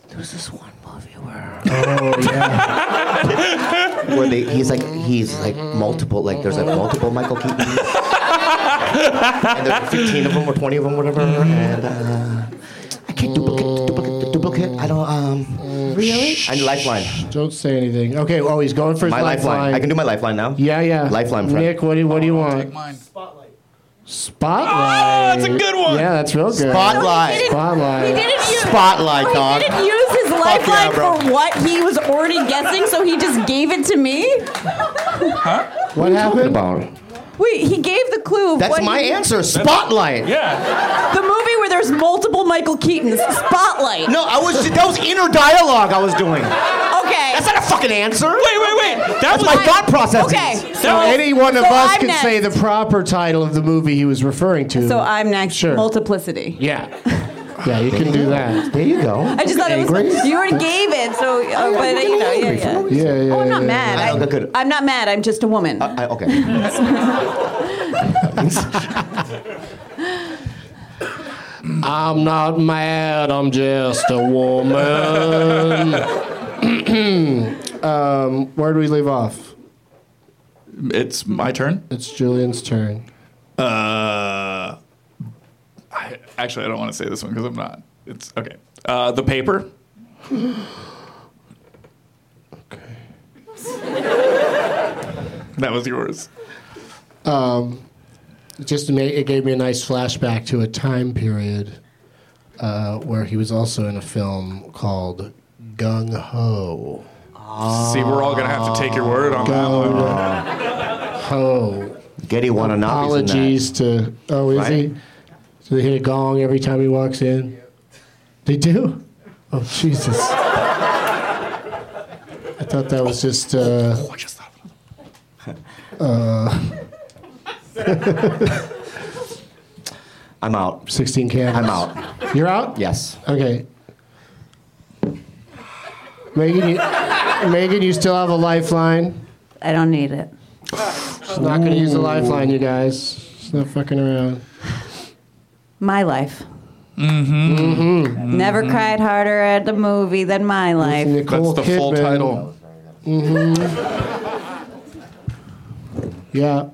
There's this one movie where. Oh yeah. where they, he's like he's like multiple like there's like multiple Michael Keaton. (laughs) and there's like 15 of them or 20 of them whatever and uh, I can't duplicate duplicate duplicate I don't um Really? I need lifeline. Don't say anything. Okay. Oh, he's going for his My lifeline. lifeline. I can do my lifeline now. Yeah, yeah. Lifeline, friend. Nick, what do what do you want? Spotlight. Spotlight. Oh, that's a good one. Yeah, that's real good. Spotlight. Spotlight. He didn't use Spotlight, he dog. didn't use his Fuck lifeline yeah, bro. for what he was already guessing, so he just gave it to me. What happened? About? Wait, he gave the clue. Of That's what my he- answer. Spotlight. Yeah. The movie where there's multiple Michael Keatons. Spotlight. No, I was that was inner dialogue I was doing. Okay. That's not a fucking answer. Wait, wait, wait. That's my thought process. Okay. So, any one of so us I'm can next. say the proper title of the movie he was referring to. So I'm next. Sure. Multiplicity. yeah. Yeah, you can do that. (laughs) There you go. I just thought it was. You already gave it, so. Uh, but uh, you know, yeah, yeah. Yeah, yeah. Oh, I'm not yeah, mad. I- I, okay, good. am not mad. I'm just a woman. Uh, I, okay. I'm not mad. I'm just a woman. um, where do we leave off? It's my turn. It's Julian's turn. Uh, I, actually, I don't want to say this one because I'm not. It's okay. Uh, the paper. That was yours. Um, it just ma- it gave me a nice flashback to a time period uh, where he was also in a film called Gung Ho. See, we're all gonna have to take your word on that one. Ho. Getty Wananabe's in that. Apologies to. Oh, is he? So they hit a gong every time he walks in. They do. Oh Jesus! I thought that was just. Uh, oh, I just thought. Uh, (laughs) I'm out. 16 candles. I'm out. You're out? Yes. Okay. Megan, you, Megan, you still have a lifeline. I don't need it. She's not going to use a lifeline, you guys. She's not fucking around. My life. Mm-hmm. Mm-hmm. Never cried harder at the movie than my life. Nicole That's the full Kidman. title. Yeah.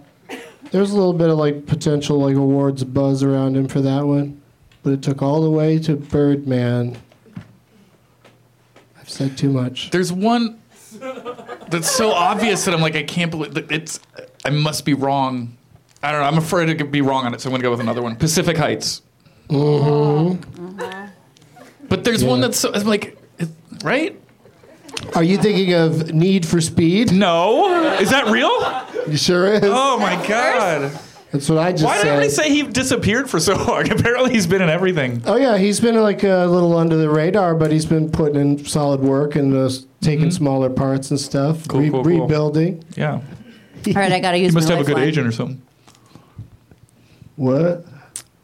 There's a little bit of like potential like awards buzz around him for that one. But it took all the way to Birdman. I've said too much. There's one that's so obvious that I'm like, I can't believe that it's. I must be wrong. I don't know. I'm afraid I could be wrong on it, so I'm gonna go with another one. Pacific Heights. Mm-hmm. But there's one that's so, I'm like, it- right? Are you thinking of Need for Speed? (laughs) No. Is that real? You sure is. Oh my god. That's what I just Why said. did everybody say he disappeared for so long? (laughs) Apparently, he's been in everything. Oh yeah, he's been like a little under the radar, but he's been putting in solid work and uh, s- taking smaller parts and stuff, Mm-hmm. Cool, re- cool, cool. rebuilding. Yeah. All right, I gotta He use. must my have a good lifeline. agent or something. What?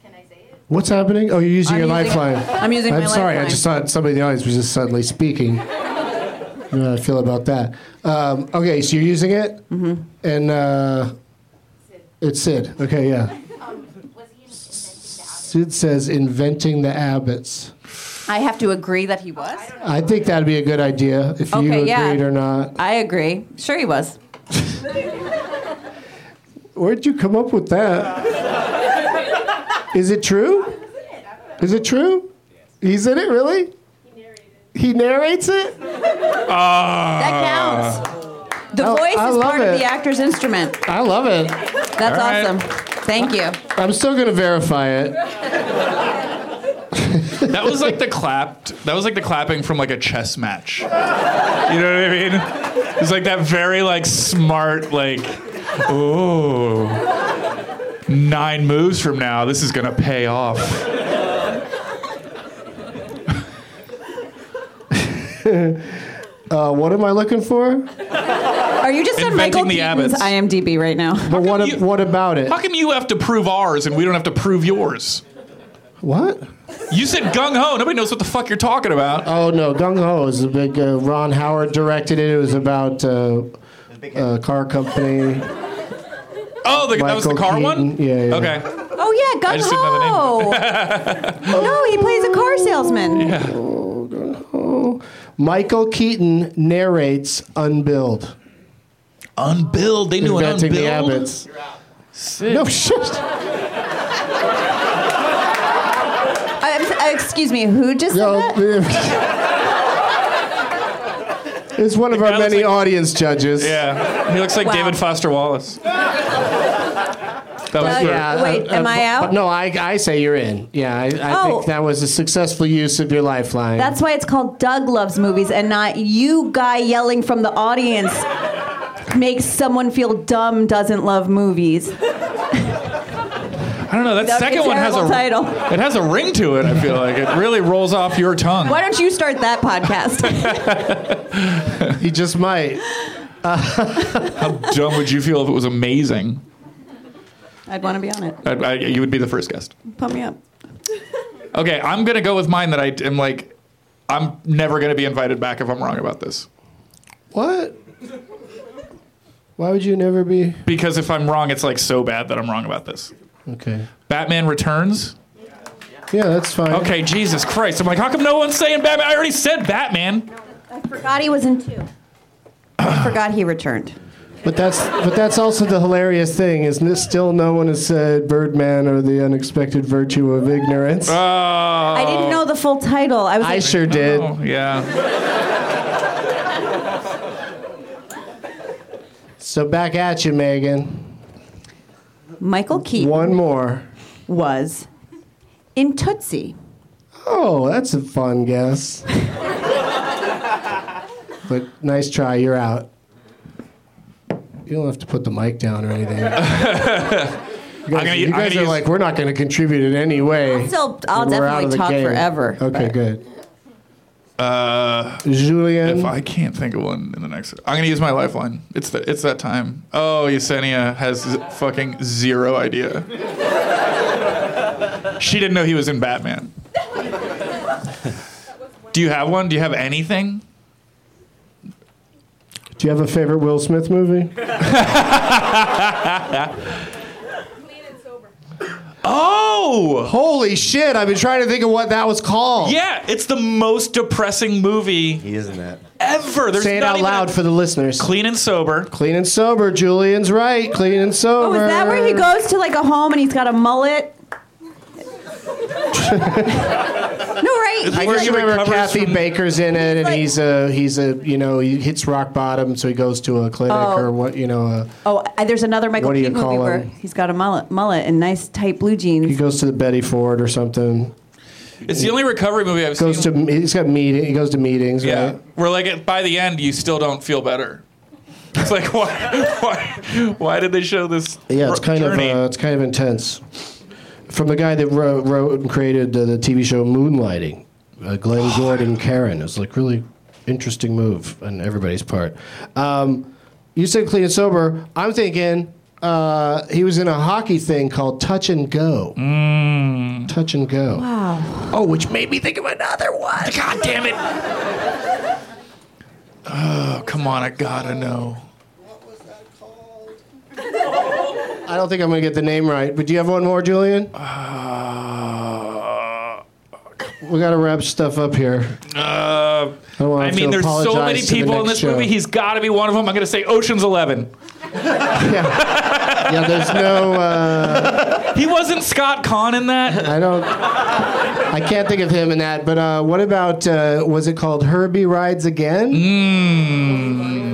Can I say it? What's happening? Oh, you're using I'm your using- lifeline. (laughs) I'm using I'm my sorry, I lifeline. just thought somebody in the audience was just suddenly speaking. you know how I feel about that. Um, okay, so you're using it, mm-hmm. and uh, it's Sid. Okay, yeah. Sid says inventing the Abbots. I have to agree that he was. I think that'd be a good idea if you Okay, agreed yeah. or not. I agree. Sure, he was. Where'd you come up with that? Is it true? Is it true? He's in it, really? He narrates it? That counts. The I- voice Uh. Oh, I is love part it. of the actor's instrument. I love it. That's All right. awesome. Thank you. I'm still going to verify it. That was like the clapped. That was like the clapping from like a chess match. You know what I mean? It's like that very like smart like, ooh, nine moves from now, this is gonna pay off. Uh, what am I looking for? Are you just on Michael Inventing Keaton's the Abbots. IMDb right (laughs) now? But what, ab- what about it? How come you have to prove ours and we don't have to prove yours? What? You said gung ho. Nobody knows what the fuck you're talking about. Oh, no. Gung Ho is a big. Uh, Ron Howard directed it. It was about uh, a car (laughs) company. Oh, the, that was the Michael car one. Keaton. Yeah, yeah. Okay. Oh yeah, I Gung just didn't know the name. Ho. (laughs) no, he plays a car car salesman. Uh, Oh, Michael Keaton narrates Unbilled. Unbilled? They knew an Inventing the Unbilled? habits. No, (laughs) shit. I'm s- uh, excuse me, who just said that? (laughs) It's one of our many audience judges. Yeah. He looks like Wow. David Foster Wallace. That was good. wait, am I out? Uh, No, I, I say you're in. Yeah, I, I Oh. think that was a successful use of your lifeline. That's why it's called Doug Loves Movies and not you guy yelling from the audience makes someone feel dumb doesn't love movies. I don't know. That, That would be second a one has a terrible title. It has a ring to it. I feel like it really rolls off your tongue. Why don't you start that podcast? he just might. How dumb would you feel if it was amazing? I'd want to be on it. I, I, you would be the first guest. Pump me up. Okay, I'm gonna go with mine that I am like, I'm never gonna be invited back if I'm wrong about this. What? Why would you never be? Because if I'm wrong, it's like so bad that I'm wrong about this. Okay. Batman Returns. Yeah, that's fine. Okay, Jesus Christ. I'm like, how come no one's saying Batman? I already said Batman. I forgot he was in two. I forgot he returned. But that's but that's also the hilarious thing, isn't it? Still, no one has said Birdman or the unexpected virtue of ignorance. I didn't know the full title. I was I like, sure did. Uh, Oh, yeah. So back at you, Megan. Michael Keaton One more. was in Tootsie. Oh, that's a fun guess. but nice try. You're out. You don't have to put the mic down or (laughs) anything. You guys, I'm gonna, you guys I'm gonna are use- like, we're not going to contribute in any way. Still, I'll We're out of definitely the talk game." forever. Okay, good. Uh, Julian. if I can't think of one in the next, I'm gonna use my lifeline. It's the, it's that time. Oh, Yesenia has z- fucking zero idea. she didn't know he was in Batman. Do you have one? Do you have anything? Do you have a favorite Will Smith movie? Oh, Holy shit! I've been trying to think of what that was called. yeah, it's the most depressing movie He is in that. ever. There's Say it not out even a- loud for the listeners. Clean and sober. Clean and sober. Julian's right. Clean and Oh, sober. is that where he goes to like a home and he's got a (laughs) mullet? no, right? I Where just he remember recovers Kathy from- Baker's in it, and like- he's a he's a you know he hits rock bottom, so he goes to a clinic Oh. or what you know uh Oh, I- there's another Michael What do you Keaton movie call where him? he's got a mullet, mullet and nice tight blue he jeans. goes to the Betty Ford or something. It's the only recovery movie I've Goes seen. to he's got meeting. He goes to meetings. yeah, Right? where like by the end you still don't feel better. It's like (laughs) why, why, why did they show this? Yeah, it's r- kind journey? of uh, it's kind of intense. From the guy that wrote, wrote and created the, the TV show Moonlighting, uh, Glenn Gordon Karen. It was like really interesting move on everybody's part. Um, you said clean and sober. I'm thinking uh, he was in a hockey thing called Touch and Go. Touch and Go. Wow. Mm. Oh, which made me think of another one. God damn it! Oh, come on, I gotta know. I don't think I'm going to get the name right. But do you have one more, Julian? Uh, We got to wrap stuff up here. uh, I don't want I to mean, there's so apologize many to the people in next this show. movie. He's gotta be one of them. I'm gonna say Ocean's Eleven. yeah. yeah, there's no. Uh, He wasn't Scott Kahn (laughs) in that. I don't. I can't think of him in that. But uh, what about uh, was it called Herbie Rides Again? Mm. Hmm.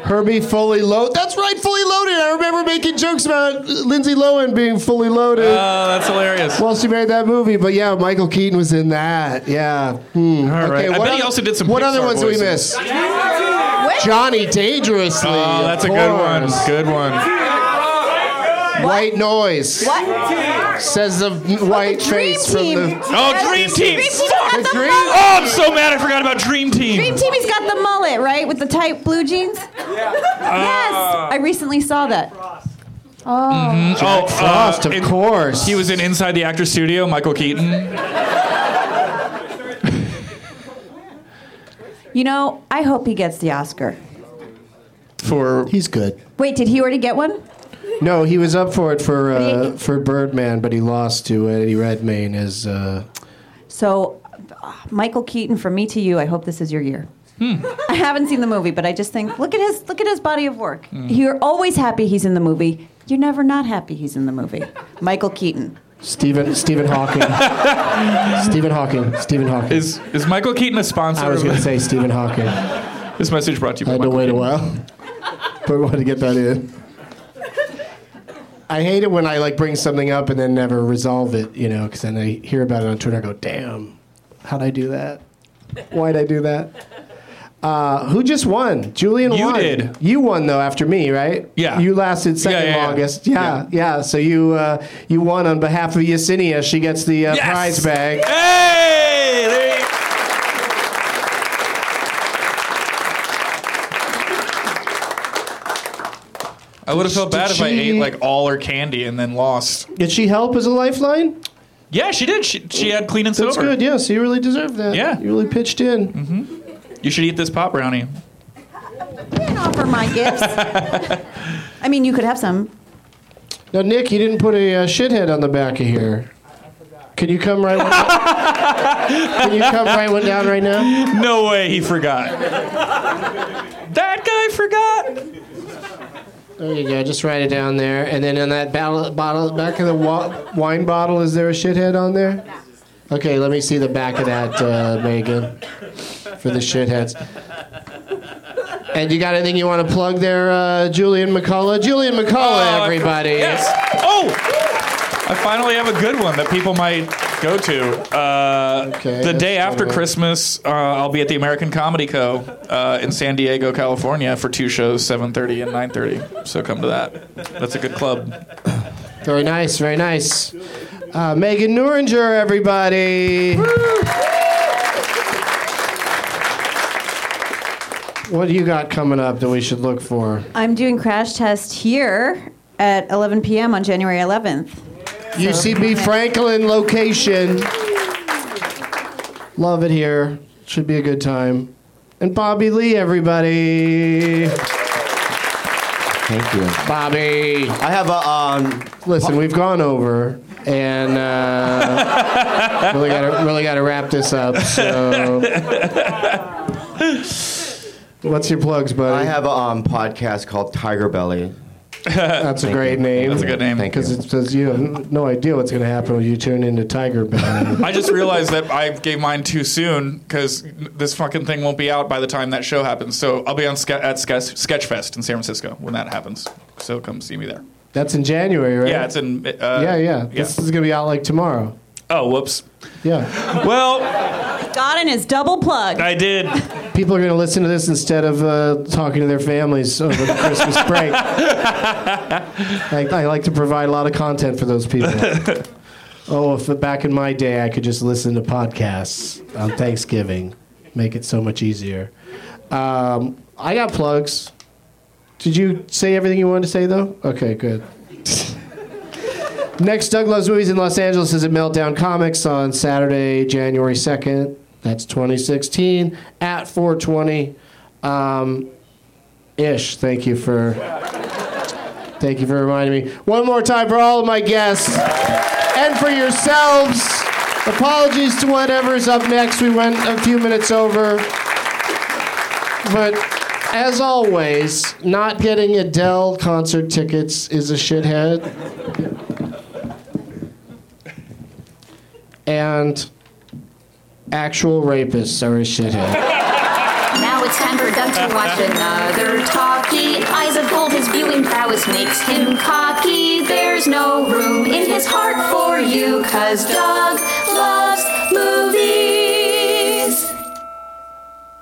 Herbie Fully Loaded. That's right, Fully Loaded. I remember making jokes about Lindsay Lohan being fully loaded. Uh, that's hilarious. well, she made that movie, but yeah, Michael Keaton was in that. Yeah. Hmm. All right. I what bet he oth- also did some What Pixar other ones did we voices. miss? Johnny Dangerously. Oh, of that's a good one. course. Good one. Oh, White noise. What? Says the white Dream face Team. from the. Oh, Dream Team. Dream Team Fuck. has The the Dream- mullet. Oh, I'm so mad. I forgot about Dream Team. Dream Team, he's got the mullet, right? With the tight blue jeans? yes! Ah. I recently saw that. Oh, Frost, uh, of in- course. He was in Inside the Actor Studio, Michael Keaton. You know, I hope he gets the Oscar. For He's good. Wait, did he already get one? No, he was up for it for But he- uh, for Birdman, but he lost to Eddie Redmayne as. Uh, So Michael Keaton from Me to You. I hope this is your year. (laughs) I haven't seen the movie, but I just think look at his look at his body of work. You're always happy he's in the movie. You're never not happy he's in the movie. Michael Keaton. Stephen Stephen (laughs) Hawking. Stephen Hawking. Stephen Hawking. Is is Michael Keaton a sponsor? I was of going to the- say Stephen Hawking. This message brought to you I by had to Michael wait a Keaton. while, but I wanted to get that in. I hate it when I like bring something up and then never resolve it, you know, because then I hear about it on Twitter. I go, "Damn, how'd I do that? Why'd I do that?" Uh, who just won? Julian You won. did. You won though after me, right? Yeah. You lasted second yeah, yeah. longest. Yeah, yeah. So you uh, you won on behalf of Yesenia. She gets the uh, Yes! prize bag. Hey! There you- I would have felt bad if I she- ate like all her candy and then lost. Did she help as a lifeline? Yeah, she did. She, she had clean and That's sober. good. Yeah, so you really deserve that. Yeah. you really pitched in. You should eat this pop brownie. Can't offer my gifts. I mean, you could have some. Now, Nick, you didn't put a uh, shithead on the back of here. Can you come right? One Can you come right one down right now? No way he forgot. That guy forgot. There you go. Just write it down there, and then on that bottle, bottle back of the wa- wine bottle, is there a shithead on there? Okay, let me see the back of that, uh, Megan, for the shitheads. And you got anything you want to plug there, uh, Julian McCullough? Julian McCullough, Oh, I- everybody. Yes. Oh, I finally have a good one that people might go to. Uh, Okay, the that's day good after one. Christmas, uh, I'll be at the American Comedy Co. Uh, in San Diego, California, for two shows, 7:30 and 9:30. So come to that. That's a good club. Very nice, very nice. Uh, Megan Nuringer, everybody. What do you got coming up that we should look for? I'm doing crash test here at 11 p.m. on January 11th. UCB Franklin location. Love it here. Should be a good time. And Bobby Lee, everybody. Thank you. Bobby. I have a um, Listen, we've gone over, and uh, (laughs) really got really got to wrap this up. So, what's your plugs, buddy? I have a um, podcast called Tiger Belly. That's a great name. That's a good name. Thank you. Because it says you have no idea what's going to happen when you turn into Tiger Belly. I just realized that I gave mine too soon because this fucking thing won't be out by the time that show happens. So I'll be on ske- at Sketch- Sketchfest in San Francisco when that happens. So come see me there. That's in January, right? Yeah, it's in. Uh, yeah, yeah. This is going to be out like tomorrow. Oh, whoops. Yeah. Well, God in his double plug. I did. People are going to listen to this instead of uh, talking to their families over the Christmas break. I, I like to provide a lot of content for those people. oh, if back in my day I could just listen to podcasts on Thanksgiving, make it so much easier. Um, I got plugs. Did you say everything you wanted to say, though? Okay, good. Next, Doug Loves Movies in Los Angeles is at Meltdown Comics on Saturday, January 2nd. That's 2016 at 420 um, ish. Thank you for. Thank you for reminding me. One more time for all of my guests and for yourselves. Apologies to whatever's up next. We went a few minutes over. But as always, not getting Adele concert tickets is a shithead. and actual rapists are a shithead. Now it's time for Doug to watch another talkie. Eyes of gold, his viewing prowess makes him cocky. There's no room in his heart for you, cause Doug loves